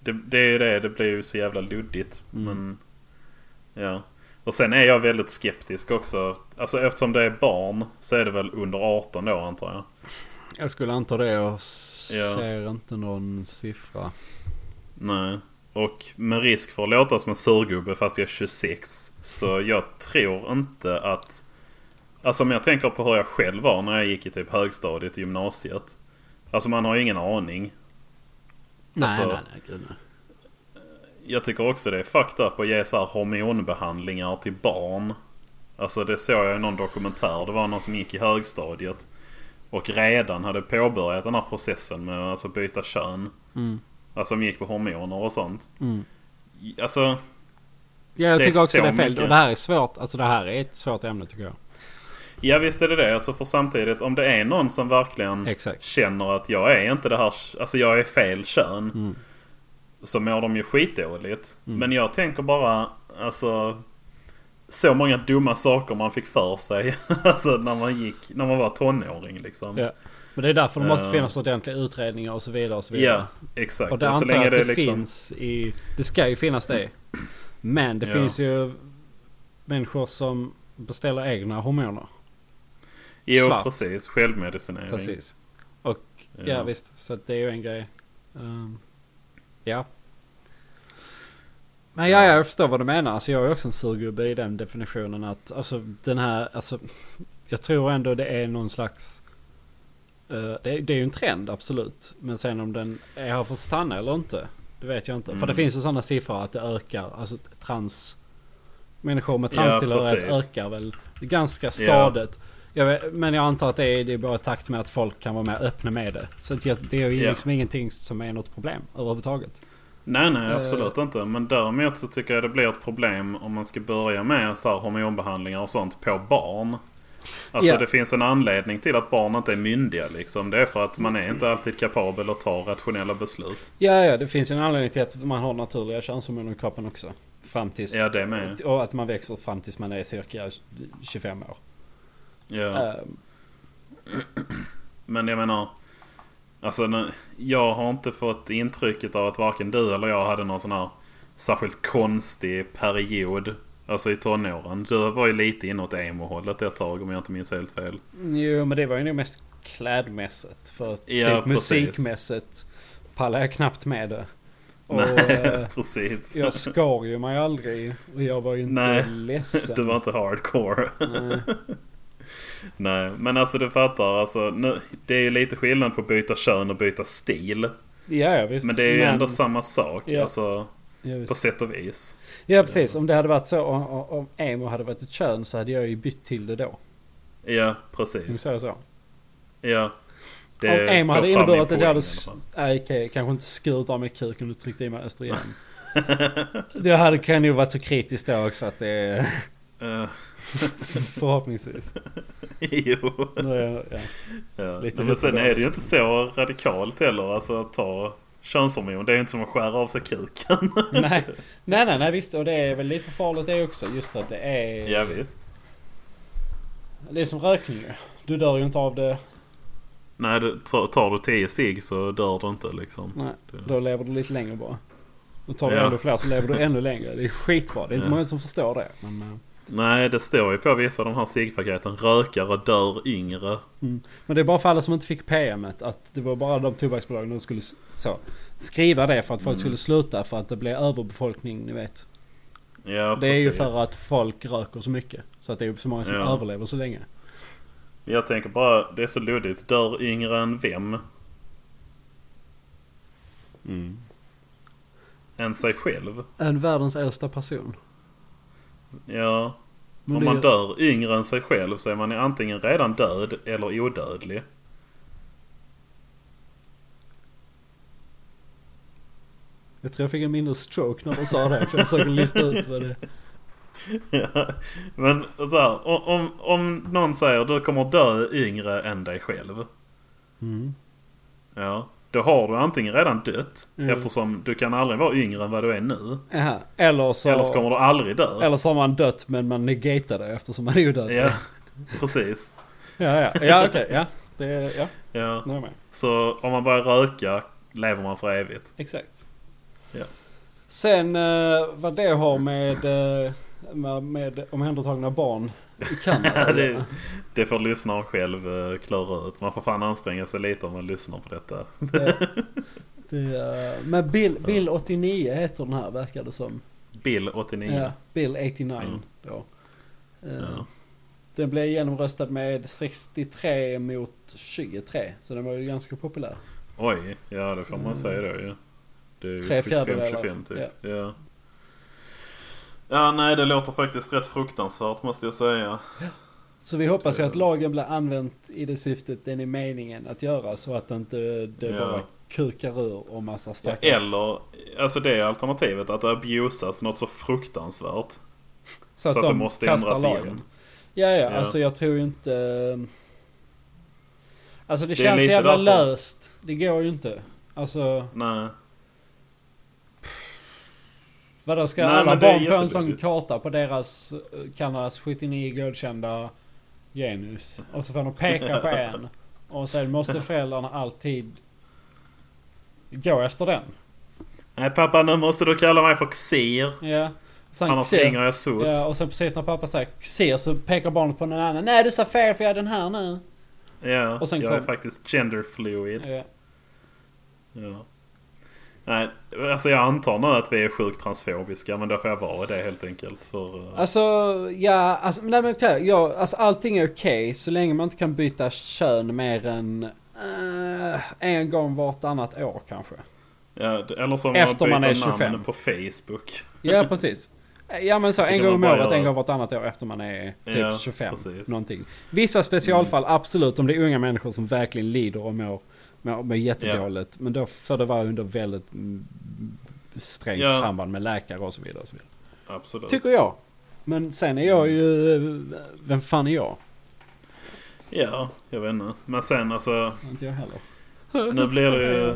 [SPEAKER 2] Det, det är ju det, det blir ju så jävla luddigt. Men, ja. Och sen är jag väldigt skeptisk också. Alltså eftersom det är barn så är det väl under 18 år antar jag.
[SPEAKER 1] Jag skulle anta det. Jag
[SPEAKER 2] Ja.
[SPEAKER 1] ser inte någon siffra.
[SPEAKER 2] Nej. Och med risk för att låta som en surgubbe fast jag är 26. Så jag tror inte att... Alltså om jag tänker på hur jag själv var när jag gick i typ högstadiet och gymnasiet. Alltså man har ju ingen aning.
[SPEAKER 1] Nej,
[SPEAKER 2] Alltså-
[SPEAKER 1] nej, nej, gud nej.
[SPEAKER 2] Jag tycker också det är fucked up att ge så här hormonbehandlingar till barn. Alltså det såg jag i någon dokumentär. Det var någon som gick i högstadiet. Och redan hade påbörjat den här processen med att alltså, byta kön.
[SPEAKER 1] Mm.
[SPEAKER 2] Alltså de gick på hormoner och sånt.
[SPEAKER 1] Mm.
[SPEAKER 2] Alltså
[SPEAKER 1] Ja, jag
[SPEAKER 2] Det är
[SPEAKER 1] tycker också
[SPEAKER 2] så
[SPEAKER 1] det är fel.
[SPEAKER 2] mycket.
[SPEAKER 1] Och det här är svårt. Alltså det här är ett svårt ämne tycker jag.
[SPEAKER 2] Ja visst är det det. Alltså för samtidigt om det är någon som verkligen
[SPEAKER 1] Exakt.
[SPEAKER 2] känner att jag är inte det här. Alltså jag är fel kön.
[SPEAKER 1] Mm.
[SPEAKER 2] Så mår de ju skitdåligt. Men jag tänker bara alltså. Så många dumma saker man fick för sig. alltså när man gick. När man var tonåring liksom.
[SPEAKER 1] Ja. Men det är därför det måste
[SPEAKER 2] Ja.
[SPEAKER 1] finnas ordentliga utredningar och så vidare. Och så vidare.
[SPEAKER 2] Ja, exakt.
[SPEAKER 1] Och det
[SPEAKER 2] så
[SPEAKER 1] antar
[SPEAKER 2] länge
[SPEAKER 1] jag att
[SPEAKER 2] det
[SPEAKER 1] det
[SPEAKER 2] är liksom.
[SPEAKER 1] finns i... Det ska ju finnas det. Men det
[SPEAKER 2] Ja.
[SPEAKER 1] finns ju människor som beställer egna hormoner.
[SPEAKER 2] Jo
[SPEAKER 1] svart.
[SPEAKER 2] precis. Självmedicinering.
[SPEAKER 1] Precis. Och ja,
[SPEAKER 2] Ja.
[SPEAKER 1] visst. Så att det är ju en grej. Ehm, ja. Men ja, ja, jag förstår vad du menar. Alltså jag är också en surgubbe i den definitionen att alltså den här, alltså jag tror ändå det är någon slags eh, det, det är ju en trend absolut. Men sen om den är här för att stanna eller inte. Det vet jag inte. För det
[SPEAKER 2] Mm.
[SPEAKER 1] finns ju sådana siffror att det ökar. Alltså trans människor med
[SPEAKER 2] Ja,
[SPEAKER 1] transtillhörighet
[SPEAKER 2] precis.
[SPEAKER 1] ökar väl ganska stadigt. Jag vet, men jag antar att det är, det är bara i takt med att folk kan vara mer öppna med det. Så att jag, det är ju
[SPEAKER 2] Ja.
[SPEAKER 1] liksom ingenting som är något problem överhuvudtaget.
[SPEAKER 2] Nej, nej, absolut inte. Men däremot så tycker jag det blir ett problem om man ska börja med så här hormonbehandlingar och sånt på barn. Alltså
[SPEAKER 1] Ja.
[SPEAKER 2] det finns en anledning till att barn inte är myndiga liksom. Det är för att man är inte alltid kapabel att ta rationella beslut.
[SPEAKER 1] Ja, ja, det finns ju en anledning till att man har naturliga könshormoner i kroppen också. Fram tills,
[SPEAKER 2] Ja, det med.
[SPEAKER 1] Och att man växer fram tills man är cirka 25 år.
[SPEAKER 2] Ja.
[SPEAKER 1] Ehm,
[SPEAKER 2] Men jag menar... Alltså nu, jag har inte fått intrycket av att varken du eller jag hade någon sån här särskilt konstig period. Alltså i tonåren. Du var ju lite inåt emo-hållet ett tag om jag inte minns helt fel.
[SPEAKER 1] jo, men det var ju nog mest klädmässigt. För
[SPEAKER 2] Ja,
[SPEAKER 1] typ
[SPEAKER 2] precis.
[SPEAKER 1] musikmässigt pallar jag knappt med det. Och, eh,
[SPEAKER 2] Precis.
[SPEAKER 1] jag skar ju mig aldrig. Och jag var ju inte
[SPEAKER 2] Nej,
[SPEAKER 1] ledsen.
[SPEAKER 2] Du var inte hardcore. Nej, men alltså du fattar. Alltså, nu, det är ju lite skillnad på att byta kön och byta stil.
[SPEAKER 1] Ja, ja, visst.
[SPEAKER 2] Men det är ju ändå samma sak.
[SPEAKER 1] Ja.
[SPEAKER 2] Alltså,
[SPEAKER 1] Ja, visst.
[SPEAKER 2] på sätt och vis.
[SPEAKER 1] Ja precis, om det hade varit så om, om- om emo hade varit ett kön så hade jag ju bytt till det då.
[SPEAKER 2] Ja,
[SPEAKER 1] Nu
[SPEAKER 2] precis.
[SPEAKER 1] säger jag så.
[SPEAKER 2] Ja.
[SPEAKER 1] om emo
[SPEAKER 2] får
[SPEAKER 1] hade
[SPEAKER 2] fram min
[SPEAKER 1] inneburit att jag hade...
[SPEAKER 2] poäng i alla fall.
[SPEAKER 1] Nej okej, kanske inte skurit av mig kuken och tryckt i mig östrogen. det hade kan ju varit så kritiskt då också att det är...
[SPEAKER 2] Eh,
[SPEAKER 1] Förhoppningsvis.
[SPEAKER 2] jo.
[SPEAKER 1] Nu är jag, ja.
[SPEAKER 2] Ja.
[SPEAKER 1] Lite
[SPEAKER 2] men sen är det ju
[SPEAKER 1] uppenbar-
[SPEAKER 2] inte så radikalt heller. Alltså att ta könshormon. Det är ju inte som att skära av sig kuken.
[SPEAKER 1] nej. nej, nej, nej visst. Och det är väl lite farligt det också. Just att det är...
[SPEAKER 2] ja, visst.
[SPEAKER 1] Det är som rökning ju. Du dör ju inte av det.
[SPEAKER 2] Nej, du- tar tar du 10 cigg så dör du inte liksom.
[SPEAKER 1] Nej, då lever du lite längre bara. Och tar du
[SPEAKER 2] Ja.
[SPEAKER 1] ändå fler så lever du ännu längre. Det är skitbra. Det är inte
[SPEAKER 2] Ja.
[SPEAKER 1] många som förstår det. Men, eh,
[SPEAKER 2] Nej, det står ju på vissa av de här ciggpaketen. Rökare dör yngre.
[SPEAKER 1] men det är bara för alla som inte fick PMet att det var bara de tobaksbolagen som skulle s- så, skriva det för att folk
[SPEAKER 2] Mm.
[SPEAKER 1] skulle sluta för att det blev överbefolkning, ni vet.
[SPEAKER 2] Ja,
[SPEAKER 1] Det är ju
[SPEAKER 2] precis.
[SPEAKER 1] för att folk röker så mycket. Så att det är så många som
[SPEAKER 2] Ja.
[SPEAKER 1] överlever så länge.
[SPEAKER 2] Jag tänker bara, det är så luddigt. Dör yngre än vem?
[SPEAKER 1] Mm.
[SPEAKER 2] Än sig själv?
[SPEAKER 1] En världens äldsta person.
[SPEAKER 2] Ja.
[SPEAKER 1] Men
[SPEAKER 2] Om
[SPEAKER 1] det är-
[SPEAKER 2] man dör yngre än sig själv så är man ju antingen redan död eller odödlig.
[SPEAKER 1] Jag tror jag fick en mindre stroke när du sa det. För jag försöker lista ut vad det
[SPEAKER 2] Ja, Men så här, o- om, om någon säger du kommer dö yngre än dig själv.
[SPEAKER 1] Mm.
[SPEAKER 2] Ja. Då har du antingen redan dött
[SPEAKER 1] Mm.
[SPEAKER 2] eftersom du kan aldrig vara yngre än vad du är nu.
[SPEAKER 1] Aha. Eller så...
[SPEAKER 2] Eller så kommer du aldrig dö.
[SPEAKER 1] Eller så har man dött men man negatar det eftersom man är odödlig.
[SPEAKER 2] Ja, precis.
[SPEAKER 1] Ja, ja, ja okej. Ja. Det, är- ja,
[SPEAKER 2] Ja.
[SPEAKER 1] nu är jag med.
[SPEAKER 2] Så om man börjar röka lever man för evigt.
[SPEAKER 1] Exakt.
[SPEAKER 2] Ja.
[SPEAKER 1] Sen eh, vad det har med eh, med, med omhändertagna barn i Kanada.
[SPEAKER 2] Ja, det, det får lyssnaren själv eh, klara ut. Man får fan anstränga sig lite om man lyssnar på detta.
[SPEAKER 1] Ja. Det är, men Bill, Bill 89 heter den här verkar det som.
[SPEAKER 2] Bill 89.
[SPEAKER 1] Ja, Bill 89
[SPEAKER 2] Mm.
[SPEAKER 1] då.
[SPEAKER 2] Ja.
[SPEAKER 1] Ja. Den blev genomröstad med 63 mot 23. Så den var ju ganska populär.
[SPEAKER 2] Oj, ja det får man
[SPEAKER 1] Mm.
[SPEAKER 2] säga då ju. Det är ju
[SPEAKER 1] Tre
[SPEAKER 2] 75,
[SPEAKER 1] fjärdedelar.
[SPEAKER 2] 25 typ. Ja. ja. nej det låter faktiskt rätt fruktansvärt måste jag säga.
[SPEAKER 1] Så vi hoppas ju
[SPEAKER 2] Det-
[SPEAKER 1] att lagen blir använt i det syftet den är meningen att göra. Så att inte det
[SPEAKER 2] Ja.
[SPEAKER 1] bara kukar ur och massa stackars...
[SPEAKER 2] Eller, alltså det är alternativet att abusas något så fruktansvärt. Så att, det måste
[SPEAKER 1] kastar
[SPEAKER 2] ändras
[SPEAKER 1] lagen.
[SPEAKER 2] igen.
[SPEAKER 1] Ja, ja,
[SPEAKER 2] Ja.
[SPEAKER 1] alltså jag tror ju inte... eh, Alltså det,
[SPEAKER 2] Det är
[SPEAKER 1] känns
[SPEAKER 2] lite
[SPEAKER 1] jävla
[SPEAKER 2] därför.
[SPEAKER 1] löst. Det går ju inte. Alltså,
[SPEAKER 2] Nej.
[SPEAKER 1] vadå ska
[SPEAKER 2] Nej,
[SPEAKER 1] alla
[SPEAKER 2] men det är
[SPEAKER 1] barn få en sån
[SPEAKER 2] jättedubbigt.
[SPEAKER 1] karta på deras eh, Kanadas 79 godkända genus? Och så får de peka på en. Och sen måste föräldrarna alltid gå efter den.
[SPEAKER 2] Nej pappa nu måste du kalla mig för Xir.
[SPEAKER 1] Ja. Sen
[SPEAKER 2] Annars
[SPEAKER 1] ser-
[SPEAKER 2] ringer jag SOS.
[SPEAKER 1] Ja, och sen precis när pappa säger ser så pekar barnet på någon annan. Nej du sa fel för jag är den här nu.
[SPEAKER 2] Ja,
[SPEAKER 1] Och sen
[SPEAKER 2] jag
[SPEAKER 1] kom-
[SPEAKER 2] är faktiskt gender fluid.
[SPEAKER 1] Ja.
[SPEAKER 2] Ja. Nej, alltså jag antar nu att vi är sjukt transfobiska men då får jag vara det helt enkelt. För, eh,
[SPEAKER 1] Alltså, ja, alltså, nej men okej, ja, alltså allting är okej så länge man inte kan byta kön mer än eh, en gång vartannat år kanske.
[SPEAKER 2] ja, d- eller som
[SPEAKER 1] Efter
[SPEAKER 2] att
[SPEAKER 1] man
[SPEAKER 2] byta
[SPEAKER 1] är 25.
[SPEAKER 2] namn på Facebook.
[SPEAKER 1] Ja, precis. Ja men så
[SPEAKER 2] Det
[SPEAKER 1] en
[SPEAKER 2] kan
[SPEAKER 1] gång
[SPEAKER 2] man
[SPEAKER 1] om
[SPEAKER 2] bara
[SPEAKER 1] året,
[SPEAKER 2] göra.
[SPEAKER 1] en gång vartannat år efter man är typ
[SPEAKER 2] Ja,
[SPEAKER 1] 25.
[SPEAKER 2] precis. Mm.
[SPEAKER 1] Någonting. Vissa specialfall, absolut, om det är unga människor som verkligen lider och mår, mår, mår jättedåligt. Men då får det vara under väldigt mm, strängt
[SPEAKER 2] Ja.
[SPEAKER 1] samband med läkare och så vidare. Och så vidare.
[SPEAKER 2] Absolut.
[SPEAKER 1] Tycker jag. Men sen är jag ju... eh, Vem fan är jag?
[SPEAKER 2] Ja, jag vet inte. Men sen alltså,
[SPEAKER 1] Inte jag heller.
[SPEAKER 2] nu blir det ju...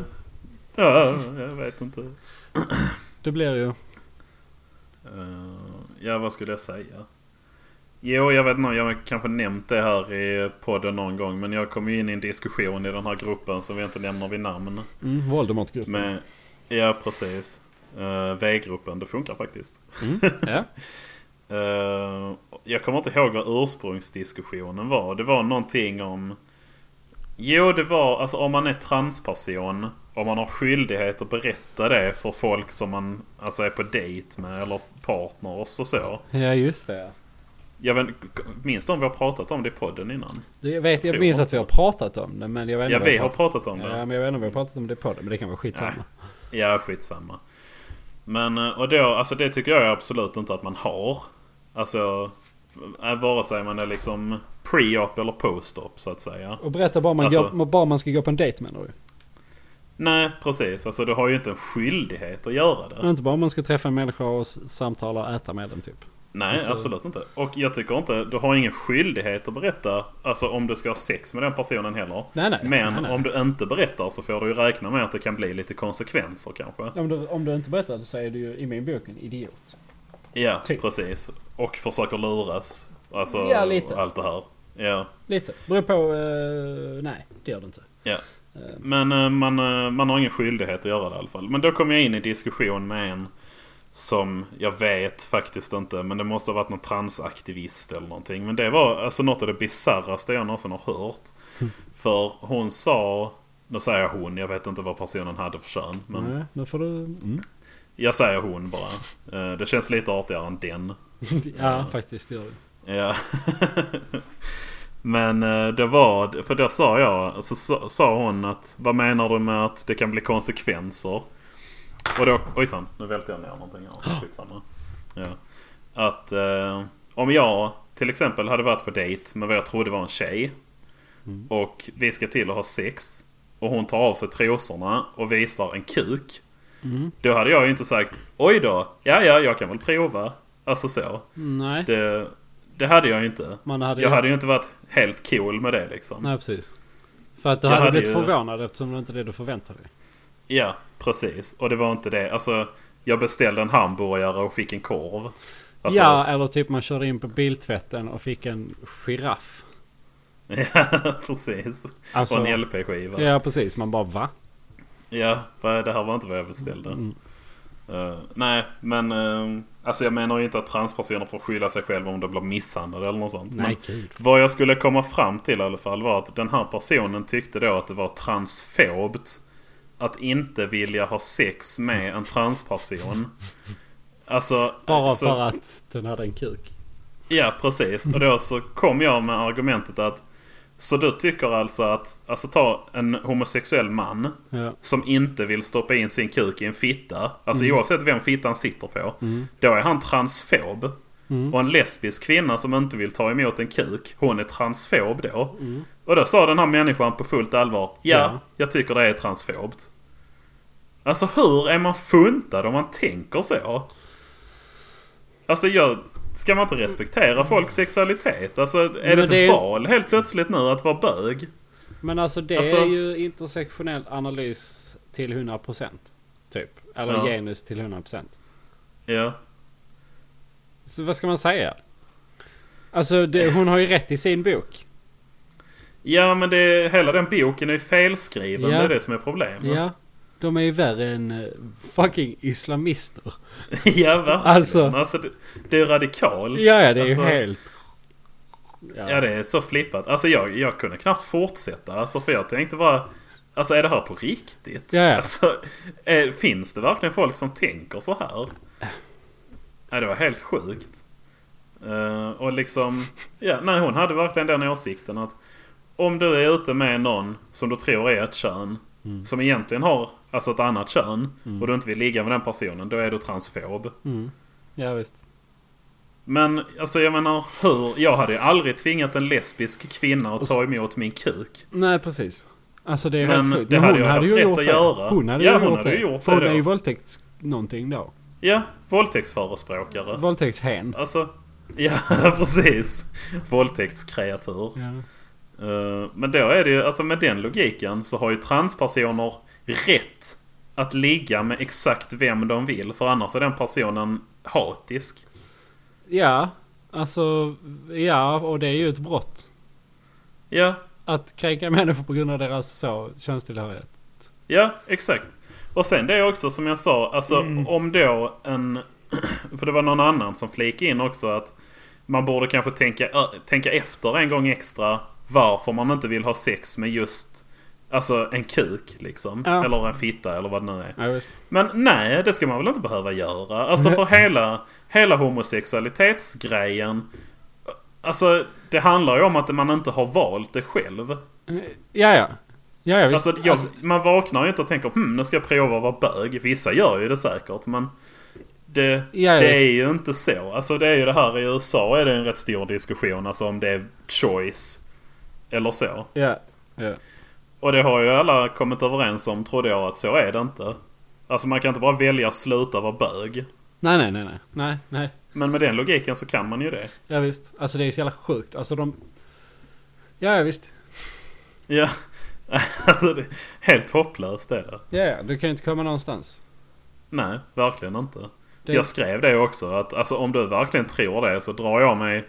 [SPEAKER 2] Ja, jag vet inte.
[SPEAKER 1] Det blir ju...
[SPEAKER 2] Eh, ja, vad skulle jag säga? Jo, jag vet inte. Jag har kanske nämnt det här i podden någon gång. Men jag kom ju in i en diskussion i den här gruppen som vi inte nämner vid namn.
[SPEAKER 1] Mm, Voldemort-gruppen.
[SPEAKER 2] Med, ja, precis. Uh, V-gruppen, det funkar faktiskt.
[SPEAKER 1] Mm, ja.
[SPEAKER 2] Eh, jag kommer inte ihåg vad ursprungsdiskussionen var. Det var någonting om... Jo, det var alltså om man är transperson. Om man har skyldighet att berätta det för folk som man alltså, är på dejt med eller partners och så.
[SPEAKER 1] ja, just det.
[SPEAKER 2] Jag vet, minns du om vi har pratat om det i podden innan?
[SPEAKER 1] Det- Jag, vet, jag
[SPEAKER 2] Tror
[SPEAKER 1] minns
[SPEAKER 2] jag
[SPEAKER 1] att vi har pratat om det men jag vet inte
[SPEAKER 2] Ja,
[SPEAKER 1] vad
[SPEAKER 2] vi
[SPEAKER 1] jag
[SPEAKER 2] har
[SPEAKER 1] pratat-
[SPEAKER 2] pratat om det.
[SPEAKER 1] Ja, men jag vet inte om vi har pratat om det på det, men det kan vara skitsamma.
[SPEAKER 2] Nej. Ja, skitsamma. Men eh, och då, alltså det tycker jag absolut inte att man har. Alltså, eh, vare sig man är liksom pre-op eller post-op så att säga.
[SPEAKER 1] Och berätta bara man,
[SPEAKER 2] Alltså-
[SPEAKER 1] går, bara man ska gå på en dejt menar du?
[SPEAKER 2] Nej, precis. Alltså du har ju inte en skyldighet att göra det.
[SPEAKER 1] Inte bara om man ska träffa en människa och s- samtala och äta med den typ.
[SPEAKER 2] Nej,
[SPEAKER 1] Alltså-
[SPEAKER 2] absolut inte. Och jag tycker inte, du har ingen skyldighet att berätta alltså om du ska ha sex med den personen heller.
[SPEAKER 1] Nej, nej,
[SPEAKER 2] Men
[SPEAKER 1] nej, nej.
[SPEAKER 2] om du inte berättar så får du ju räkna med att det kan bli lite konsekvenser kanske.
[SPEAKER 1] Om du, om du inte berättar så är du ju i min bok en idiot.
[SPEAKER 2] Ja,
[SPEAKER 1] Typ.
[SPEAKER 2] precis. Och försöker luras. Alltså,
[SPEAKER 1] Ja, lite.
[SPEAKER 2] allt det här. Ja.
[SPEAKER 1] Lite. Beror på... eh, nej, det gör du inte.
[SPEAKER 2] Ja. Men eh, man, eh, man har ingen skyldighet att göra det i alla fall. Men då kom jag in i diskussion med en som jag vet faktiskt inte. Men det måste ha varit någon transaktivist eller någonting. Men det var alltså något av det bisarraste jag någonsin har hört. För hon sa, nu säger jag hon, jag vet inte vad personen hade för kön. Men
[SPEAKER 1] Nej, nu får du... Mm.
[SPEAKER 2] jag säger hon bara. Eh, Det känns lite artigare än den.
[SPEAKER 1] ja, faktiskt det gör du.
[SPEAKER 2] Ja. Men eh, det var, för då sa jag, så sa- sa hon att vad menar du med att det kan bli konsekvenser? Och då, ojsan, nu välte jag ner någonting här. Skitsamma. Ja. Att eh, om jag till exempel hade varit på dejt med vad jag trodde var en tjej. Och vi ska till och ha sex. Och hon tar av sig trosorna och visar en kuk. Då hade jag ju inte sagt oj då, ja ja jag kan väl prova. Alltså så.
[SPEAKER 1] Nej.
[SPEAKER 2] Det, det hade jag ju inte.
[SPEAKER 1] Man hade
[SPEAKER 2] jag
[SPEAKER 1] ju-
[SPEAKER 2] hade ju inte varit helt cool med det liksom.
[SPEAKER 1] Nej, precis. För att du
[SPEAKER 2] Jag
[SPEAKER 1] hade
[SPEAKER 2] hade
[SPEAKER 1] blivit
[SPEAKER 2] ju-
[SPEAKER 1] förvånad eftersom det inte är det du förväntade dig.
[SPEAKER 2] Ja, precis. Och det var inte det. Alltså, jag beställde en hamburgare och fick en korv. Alltså,
[SPEAKER 1] Ja, eller typ man körde in på biltvätten och fick en giraff.
[SPEAKER 2] ja, precis.
[SPEAKER 1] Alltså-
[SPEAKER 2] och en LP-skiva.
[SPEAKER 1] Ja, precis. Man bara va? Mm.
[SPEAKER 2] Ja, för det här var inte vad jag beställde. Eh, nej, men eh, alltså jag menar ju inte att transpersoner får skylla sig själva om de blir misshandlade eller något sånt.
[SPEAKER 1] Nej,
[SPEAKER 2] Men
[SPEAKER 1] gud.
[SPEAKER 2] vad jag skulle komma fram till i alla fall var att den här personen tyckte då att det var transfobt att inte vilja ha sex med en transperson. Alltså,
[SPEAKER 1] Bara
[SPEAKER 2] så-
[SPEAKER 1] för att den hade en kuk.
[SPEAKER 2] Ja, precis. Och då så kom jag med argumentet att så du tycker alltså att, alltså ta en homosexuell man
[SPEAKER 1] Ja.
[SPEAKER 2] som inte vill stoppa in sin kuk i en fitta. Alltså
[SPEAKER 1] Mm.
[SPEAKER 2] oavsett vem fittan sitter på. Då är han transfob.
[SPEAKER 1] Mm.
[SPEAKER 2] Och en lesbisk kvinna som inte vill ta emot en kuk, hon är transfob då. Och då sa den här människan på fullt allvar, ja,
[SPEAKER 1] Mm. Ja.
[SPEAKER 2] jag tycker det är transfobt. Alltså hur är man funtad om man tänker så? Alltså jag... Ska man inte respektera folks sexualitet? Alltså är
[SPEAKER 1] Men
[SPEAKER 2] det ett
[SPEAKER 1] det är-
[SPEAKER 2] val helt plötsligt nu att vara bög?
[SPEAKER 1] Men alltså det
[SPEAKER 2] Alltså-
[SPEAKER 1] är ju intersektionell analys till 100%. Typ. Eller
[SPEAKER 2] Ja.
[SPEAKER 1] genus till 100%.
[SPEAKER 2] Ja.
[SPEAKER 1] Så vad ska man säga? Alltså det, hon har ju rätt i sin bok.
[SPEAKER 2] Ja men det, hela den boken är ju felskriven.
[SPEAKER 1] Ja.
[SPEAKER 2] Det är det som är problemet.
[SPEAKER 1] Ja. De är ju värre än eh, fucking islamister.
[SPEAKER 2] ja verkligen. Alltså,
[SPEAKER 1] Alltså.
[SPEAKER 2] det, det är radikalt.
[SPEAKER 1] Ja, ja det är
[SPEAKER 2] alltså,
[SPEAKER 1] ju helt... Ja.
[SPEAKER 2] Ja det är så flippat. Alltså jag, jag kunde knappt fortsätta. Alltså för jag tänkte bara... Alltså är det här på riktigt?
[SPEAKER 1] Ja, ja.
[SPEAKER 2] Alltså, är, finns det verkligen folk som tänker så här? Nej det var helt sjukt. Eh, och liksom... Ja, nej hon hade verkligen den åsikten att... Om du är ute med någon som du tror är ett kön.
[SPEAKER 1] Mm.
[SPEAKER 2] Som egentligen har alltså ett annat kön. Och du inte vill ligga med den personen. Då är du transfob.
[SPEAKER 1] ja visst.
[SPEAKER 2] Men alltså jag menar hur? Jag hade ju aldrig tvingat en lesbisk kvinna att ta emot min kuk.
[SPEAKER 1] Nej precis. Alltså det är
[SPEAKER 2] Men
[SPEAKER 1] helt sjukt.
[SPEAKER 2] det
[SPEAKER 1] Men
[SPEAKER 2] hade
[SPEAKER 1] hon
[SPEAKER 2] jag
[SPEAKER 1] hade
[SPEAKER 2] haft
[SPEAKER 1] ju
[SPEAKER 2] rätt
[SPEAKER 1] gjort
[SPEAKER 2] att
[SPEAKER 1] det.
[SPEAKER 2] göra.
[SPEAKER 1] Hon hade
[SPEAKER 2] Ja,
[SPEAKER 1] ju
[SPEAKER 2] hon
[SPEAKER 1] gjort
[SPEAKER 2] hade
[SPEAKER 1] det.
[SPEAKER 2] ju gjort
[SPEAKER 1] För hon
[SPEAKER 2] det
[SPEAKER 1] är ju
[SPEAKER 2] då.
[SPEAKER 1] våldtäkts... Någonting då.
[SPEAKER 2] Ja, våldtäktsförespråkare.
[SPEAKER 1] Våldtäktshen.
[SPEAKER 2] Alltså, ja precis. Våldtäktskreatur.
[SPEAKER 1] Ja.
[SPEAKER 2] Eh, men då är det ju, alltså med den logiken så har ju transpersoner rätt att ligga med exakt vem de vill. För annars är den personen hatisk.
[SPEAKER 1] ja. Alltså... Ja, och det är ju ett brott.
[SPEAKER 2] Ja,
[SPEAKER 1] Att kränka människor på grund av deras så, könstillhörighet.
[SPEAKER 2] Ja, exakt. Och sen det också som jag sa, alltså om då en... För det var någon annan som flikade in också att man borde kanske tänka, ö, tänka efter en gång extra varför man inte vill ha sex med just alltså en kuk liksom.
[SPEAKER 1] Ja.
[SPEAKER 2] Eller en fitta eller vad det nu är.
[SPEAKER 1] Ja, visst.
[SPEAKER 2] Men nej, det ska man väl inte behöva göra. Alltså för hela, hela homosexualitetsgrejen. Alltså det handlar ju om att man inte har valt det själv.
[SPEAKER 1] Eh, Ja, ja. Ja, ja visst.
[SPEAKER 2] Alltså, jag, man vaknar ju inte och tänker hm, nu ska jag prova att vara bög. Vissa gör ju det säkert men det,
[SPEAKER 1] Ja,
[SPEAKER 2] det
[SPEAKER 1] visst.
[SPEAKER 2] är ju inte så. Alltså det är ju det här i USA är det en rätt stor diskussion alltså om det är choice eller så.
[SPEAKER 1] ja. Ja.
[SPEAKER 2] Och det har ju alla kommit överens om trodde jag att så är det inte. Alltså man kan inte bara välja att sluta vara bög.
[SPEAKER 1] Nej, nej, nej, nej. Nej, nej.
[SPEAKER 2] Men med den logiken så kan man ju det.
[SPEAKER 1] Ja, visst. Alltså det är så jävla sjukt. Alltså de... Ja, ja visst.
[SPEAKER 2] Ja, alltså det är helt hopplöst är det.
[SPEAKER 1] Ja, ja. Du kan ju inte komma någonstans.
[SPEAKER 2] Nej, verkligen inte.
[SPEAKER 1] Det-
[SPEAKER 2] Jag skrev det också. Att, alltså, om du verkligen tror det så drar jag mig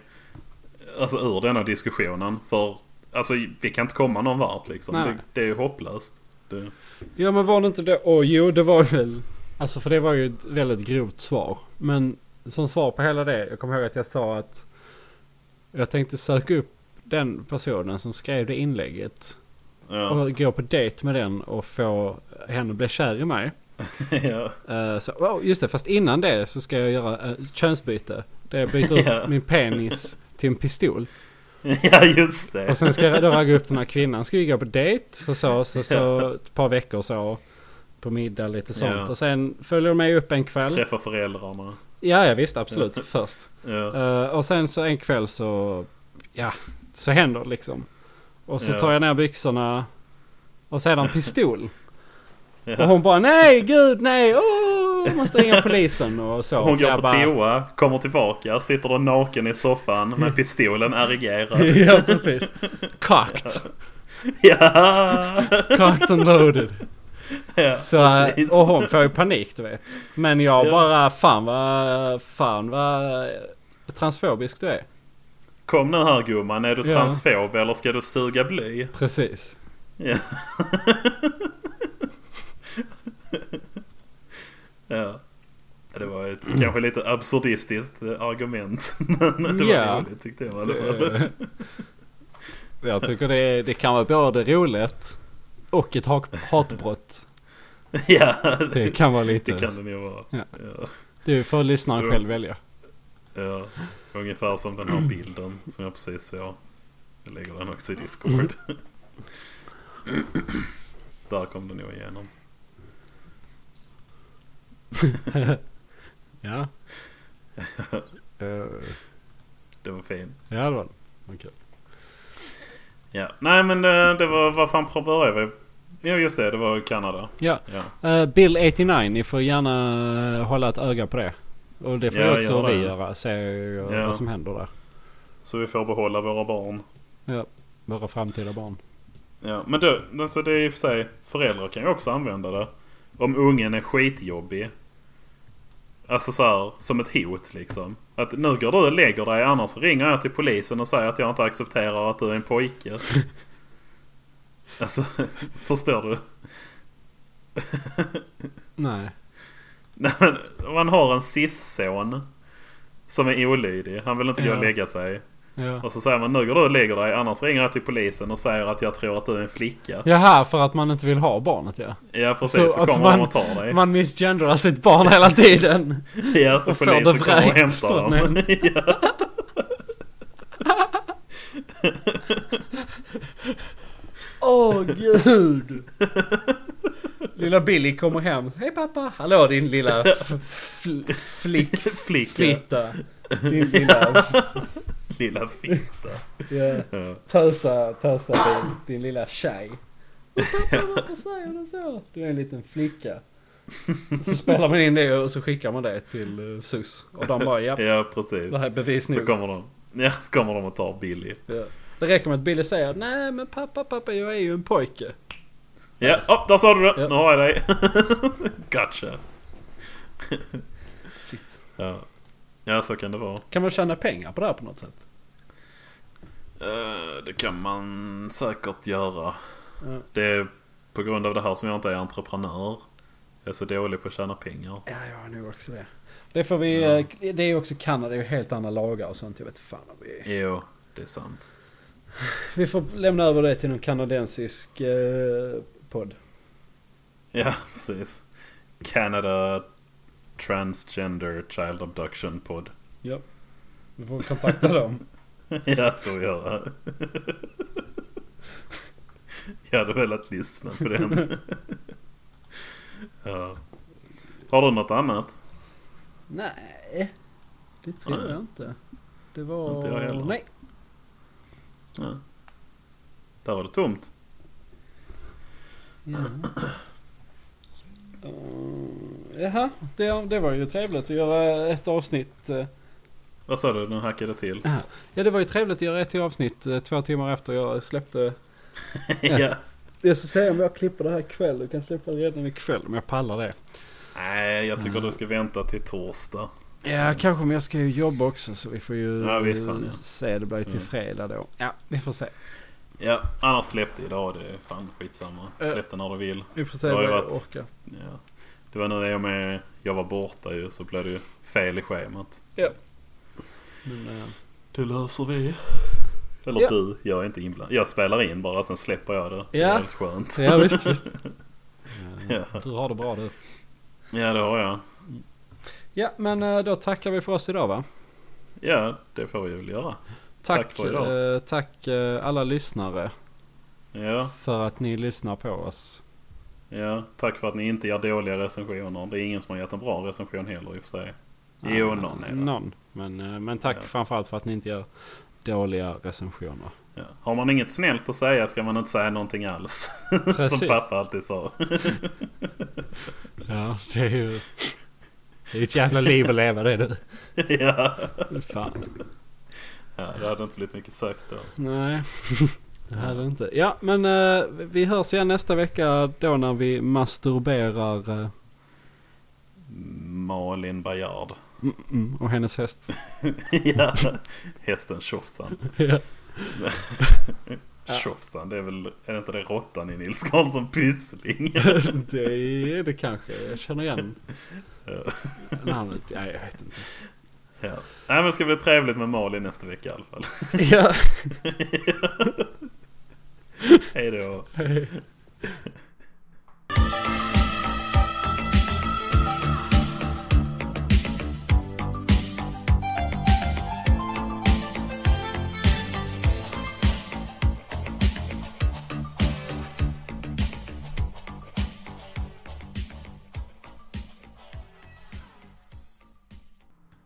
[SPEAKER 2] alltså, ur denna diskussionen. För alltså, vi kan inte komma någon vart liksom.
[SPEAKER 1] Nej.
[SPEAKER 2] Det, det är ju hopplöst. Det,
[SPEAKER 1] Ja, men var det inte det... Åh, jo, det var väl... Alltså för det var ju ett väldigt grovt svar. Men som svar på hela det. Jag kommer ihåg att jag sa att... Jag tänkte söka upp den personen som skrev det inlägget.
[SPEAKER 2] ja.
[SPEAKER 1] Och gå på dejt med den och få henne att bli kär i mig.
[SPEAKER 2] ja.
[SPEAKER 1] Eh, Så, oh, just det, fast innan det så ska jag göra uh, könsbyte. Där jag byter ut
[SPEAKER 2] Ja.
[SPEAKER 1] min penis till en pistol.
[SPEAKER 2] ja, just det.
[SPEAKER 1] Och sen ska jag då ragga upp den här kvinnan. Ska vi gå på dejt och så, så, så ett par veckor så. På middag lite sånt.
[SPEAKER 2] Ja.
[SPEAKER 1] Och sen följer de mig upp en kväll.
[SPEAKER 2] Träffa föräldrarna.
[SPEAKER 1] Ja, ja visst absolut. Först.
[SPEAKER 2] Ja.
[SPEAKER 1] Eh, och sen så en kväll så... Ja, så händer det liksom. Och så
[SPEAKER 2] Ja.
[SPEAKER 1] tar jag ner byxorna. Och sedan pistol.
[SPEAKER 2] Ja.
[SPEAKER 1] Och hon bara nej gud nej. Åh, jag måste ringa polisen och så.
[SPEAKER 2] Hon
[SPEAKER 1] så
[SPEAKER 2] går
[SPEAKER 1] jag
[SPEAKER 2] på
[SPEAKER 1] bara-
[SPEAKER 2] toa, kommer tillbaka, sitter då naken i soffan med pistolen erigerad.
[SPEAKER 1] ja, precis. Cocked.
[SPEAKER 2] ja!
[SPEAKER 1] Cocked and loaded.
[SPEAKER 2] ja.
[SPEAKER 1] Så,
[SPEAKER 2] precis.
[SPEAKER 1] och hon får ju panik, du vet. Men jag
[SPEAKER 2] Ja.
[SPEAKER 1] bara, fan vad, fan vad transfobisk du är.
[SPEAKER 2] Kom nu här gumman, är du
[SPEAKER 1] Ja.
[SPEAKER 2] transfob eller ska du suga bly?
[SPEAKER 1] Precis.
[SPEAKER 2] Ja. ja. kanske lite absurdistiskt eh, argument. Men det var
[SPEAKER 1] Ja.
[SPEAKER 2] roligt tyckte jag i alla fall.
[SPEAKER 1] Jag tycker det, det kan vara både roligt och ett hak- hatbrott.
[SPEAKER 2] ja,
[SPEAKER 1] Det
[SPEAKER 2] det,
[SPEAKER 1] kan vara lite.
[SPEAKER 2] det kan det nog vara.
[SPEAKER 1] Ja.
[SPEAKER 2] Ja.
[SPEAKER 1] Du får lyssnaren
[SPEAKER 2] Så-
[SPEAKER 1] själv välja.
[SPEAKER 2] Ja, ungefär som den här bilden som jag precis såg. Jag lägger den också i Discord. Där kom den nog igenom.
[SPEAKER 1] Ja. Eh,
[SPEAKER 2] Den var fin.
[SPEAKER 1] ja det var det. Vad kul.
[SPEAKER 2] Ja. Nej men eh, det, det var, vad fan började vi? Jo just det, det var Kanada.
[SPEAKER 1] Ja.
[SPEAKER 2] Ja,
[SPEAKER 1] Eh, Bill 89, ni får gärna eh, hålla ett öga på det. Och det får
[SPEAKER 2] Ja,
[SPEAKER 1] ju också
[SPEAKER 2] gör det.
[SPEAKER 1] vi göra. Se eh,
[SPEAKER 2] Ja.
[SPEAKER 1] vad som händer där.
[SPEAKER 2] så vi får behålla våra barn.
[SPEAKER 1] Ja. Våra framtida barn.
[SPEAKER 2] Ja, men då, alltså det är i och för sig, föräldrar kan ju också använda det. Om ungen är skitjobbig. Alltså så här, som ett hot liksom. Att nu går du och lägger dig annars ringer jag till polisen och säger att jag inte accepterar att du är en pojke. alltså, förstår du?
[SPEAKER 1] Nej.
[SPEAKER 2] Nej men, om man har en cis-son som är olydig. Han vill inte gå
[SPEAKER 1] Ja.
[SPEAKER 2] och lägga sig.
[SPEAKER 1] Ja.
[SPEAKER 2] Och så säger man nu går du och lägger dig annars ringer jag till polisen och säger att jag tror att du är en flicka.
[SPEAKER 1] Jaha, för att man inte vill ha barnet ja.
[SPEAKER 2] Ja precis, så,
[SPEAKER 1] att
[SPEAKER 2] kommer de och tar dig.
[SPEAKER 1] Man misgendrar sitt barn hela tiden.
[SPEAKER 2] Ja, så
[SPEAKER 1] Och får
[SPEAKER 2] polisen
[SPEAKER 1] det
[SPEAKER 2] kommer och
[SPEAKER 1] vräkt
[SPEAKER 2] hämtar
[SPEAKER 1] från
[SPEAKER 2] dem.
[SPEAKER 1] en.
[SPEAKER 2] ja.
[SPEAKER 1] Åh gud! Lilla Billy kommer hem. Hej pappa! Hallå din lilla fl- flick...
[SPEAKER 2] Flicka.
[SPEAKER 1] Flitta. Din lilla...
[SPEAKER 2] Lilla fitta.
[SPEAKER 1] Ja.
[SPEAKER 2] Ja.
[SPEAKER 1] Tösa, tösa din, din lilla tjej. Men Pappa varför säger du så? Du är en liten flicka. Så spelar man in det och så skickar man det till uh, SUS. Och de bara ja,
[SPEAKER 2] ja, precis.
[SPEAKER 1] det här är bevis
[SPEAKER 2] Så
[SPEAKER 1] nog.
[SPEAKER 2] kommer de. Ja, så kommer de och tar Billy.
[SPEAKER 1] Ja. Det räcker med att Billy säger nej men pappa, pappa jag är ju en pojke.
[SPEAKER 2] Ja, upp, där sa du det.
[SPEAKER 1] Ja.
[SPEAKER 2] Nu har jag dig. gotcha.
[SPEAKER 1] Shit.
[SPEAKER 2] Ja. ja, så kan det vara.
[SPEAKER 1] Kan man tjäna pengar på det här på något sätt?
[SPEAKER 2] Eh, det kan man säkert göra.
[SPEAKER 1] Ja.
[SPEAKER 2] Det är på grund av det här som jag inte är entreprenör. Jag är så dålig på att tjäna pengar.
[SPEAKER 1] Ja, jag har nog också det. Det får vi...
[SPEAKER 2] Ja.
[SPEAKER 1] eh, Det är ju också Kanada, det är ju helt andra lagar och sånt. Jag vet fan om vi...
[SPEAKER 2] Jo, det är sant.
[SPEAKER 1] Vi får lämna över det till någon kanadensisk eh, podd.
[SPEAKER 2] Ja, precis. Canada Transgender Child Abduction Pod.
[SPEAKER 1] Ja. Vi får kontakta dem.
[SPEAKER 2] Ja, får vi göra. Jag hade velat lyssna på den. Ja. Har du något annat?
[SPEAKER 1] Nej, det tror
[SPEAKER 2] Nej.
[SPEAKER 1] jag inte. Det var...
[SPEAKER 2] Inte jag heller.
[SPEAKER 1] Nej.
[SPEAKER 2] Ja. Där var det tomt.
[SPEAKER 1] Ja. Eh, jaha, det, det var ju trevligt att göra ett avsnitt. eh.
[SPEAKER 2] Vad sa du? Nu hackade det till.
[SPEAKER 1] Ja, det var ju trevligt att göra ett till avsnitt eh, två timmar efter jag släppte.
[SPEAKER 2] ja.
[SPEAKER 1] Jag ska säga om jag klipper det här ikväll. Du kan släppa det redan ikväll om jag pallar det.
[SPEAKER 2] Nej, jag tycker du ska vänta till torsdag.
[SPEAKER 1] Ja, kanske men jag ska ju jobba också så vi får ju eh,
[SPEAKER 2] Ja, visst fan, ja.
[SPEAKER 1] se. Det blir ju till
[SPEAKER 2] Mm.
[SPEAKER 1] fredag då. Ja, vi får se.
[SPEAKER 2] Ja, annars släpp det idag. Det är fan skitsamma.
[SPEAKER 1] Eh.
[SPEAKER 2] Släpp det när du vill.
[SPEAKER 1] Vi får se
[SPEAKER 2] Det har
[SPEAKER 1] vad
[SPEAKER 2] ju
[SPEAKER 1] jag
[SPEAKER 2] varit-
[SPEAKER 1] orkar.
[SPEAKER 2] Ja. Det var nu jag med. Jag var borta ju så blev det ju fel i schemat.
[SPEAKER 1] Men, eh,
[SPEAKER 2] Det löser vi. Eller
[SPEAKER 1] Ja.
[SPEAKER 2] du, jag är inte inblandad. Jag spelar in bara, sen släpper jag det. Det
[SPEAKER 1] Ja.
[SPEAKER 2] är helt skönt.
[SPEAKER 1] ja, visst, visst.
[SPEAKER 2] Ja.
[SPEAKER 1] Du har det bra du.
[SPEAKER 2] ja, det har jag.
[SPEAKER 1] Ja, men eh, då tackar vi för oss idag va?
[SPEAKER 2] Ja, det får vi väl göra.
[SPEAKER 1] Tack,
[SPEAKER 2] Tack för idag.
[SPEAKER 1] eh, tack eh, alla lyssnare
[SPEAKER 2] Ja,
[SPEAKER 1] för att ni lyssnar på oss.
[SPEAKER 2] ja. Tack för att ni inte gör dåliga recensioner. Det är ingen som har gett en bra recension heller i och för sig. Jo,
[SPEAKER 1] Eh,
[SPEAKER 2] någon är det.
[SPEAKER 1] Någon. Men, eh, men tack
[SPEAKER 2] Ja.
[SPEAKER 1] framförallt för att ni inte gör dåliga recensioner.
[SPEAKER 2] Ja. Har man inget snällt att säga ska man inte säga någonting alls.
[SPEAKER 1] Precis.
[SPEAKER 2] som pappa alltid sa.
[SPEAKER 1] Ja, det är ju... Det är ju ett jävla liv att leva det du.
[SPEAKER 2] ja.
[SPEAKER 1] Fan.
[SPEAKER 2] ja, det hade inte blivit mycket sagt då.
[SPEAKER 1] Nej. Det här är det inte. Ja, men eh, vi hörs igen nästa vecka då när vi masturberar eh,
[SPEAKER 2] Malin Bajard.
[SPEAKER 1] mm, mm, och hennes häst.
[SPEAKER 2] ja. Hästen Tjofsan.
[SPEAKER 1] Ja.
[SPEAKER 2] Tjofsan, det är väl, är det inte det råttan i Nils Karlsson Pyssling?
[SPEAKER 1] det är det kanske. Jag känner igen namnet. Ja, jag vet inte.
[SPEAKER 2] ja. Nej men det ska bli trevligt med Malin nästa vecka i alla fall.
[SPEAKER 1] Ja.
[SPEAKER 2] Hej då.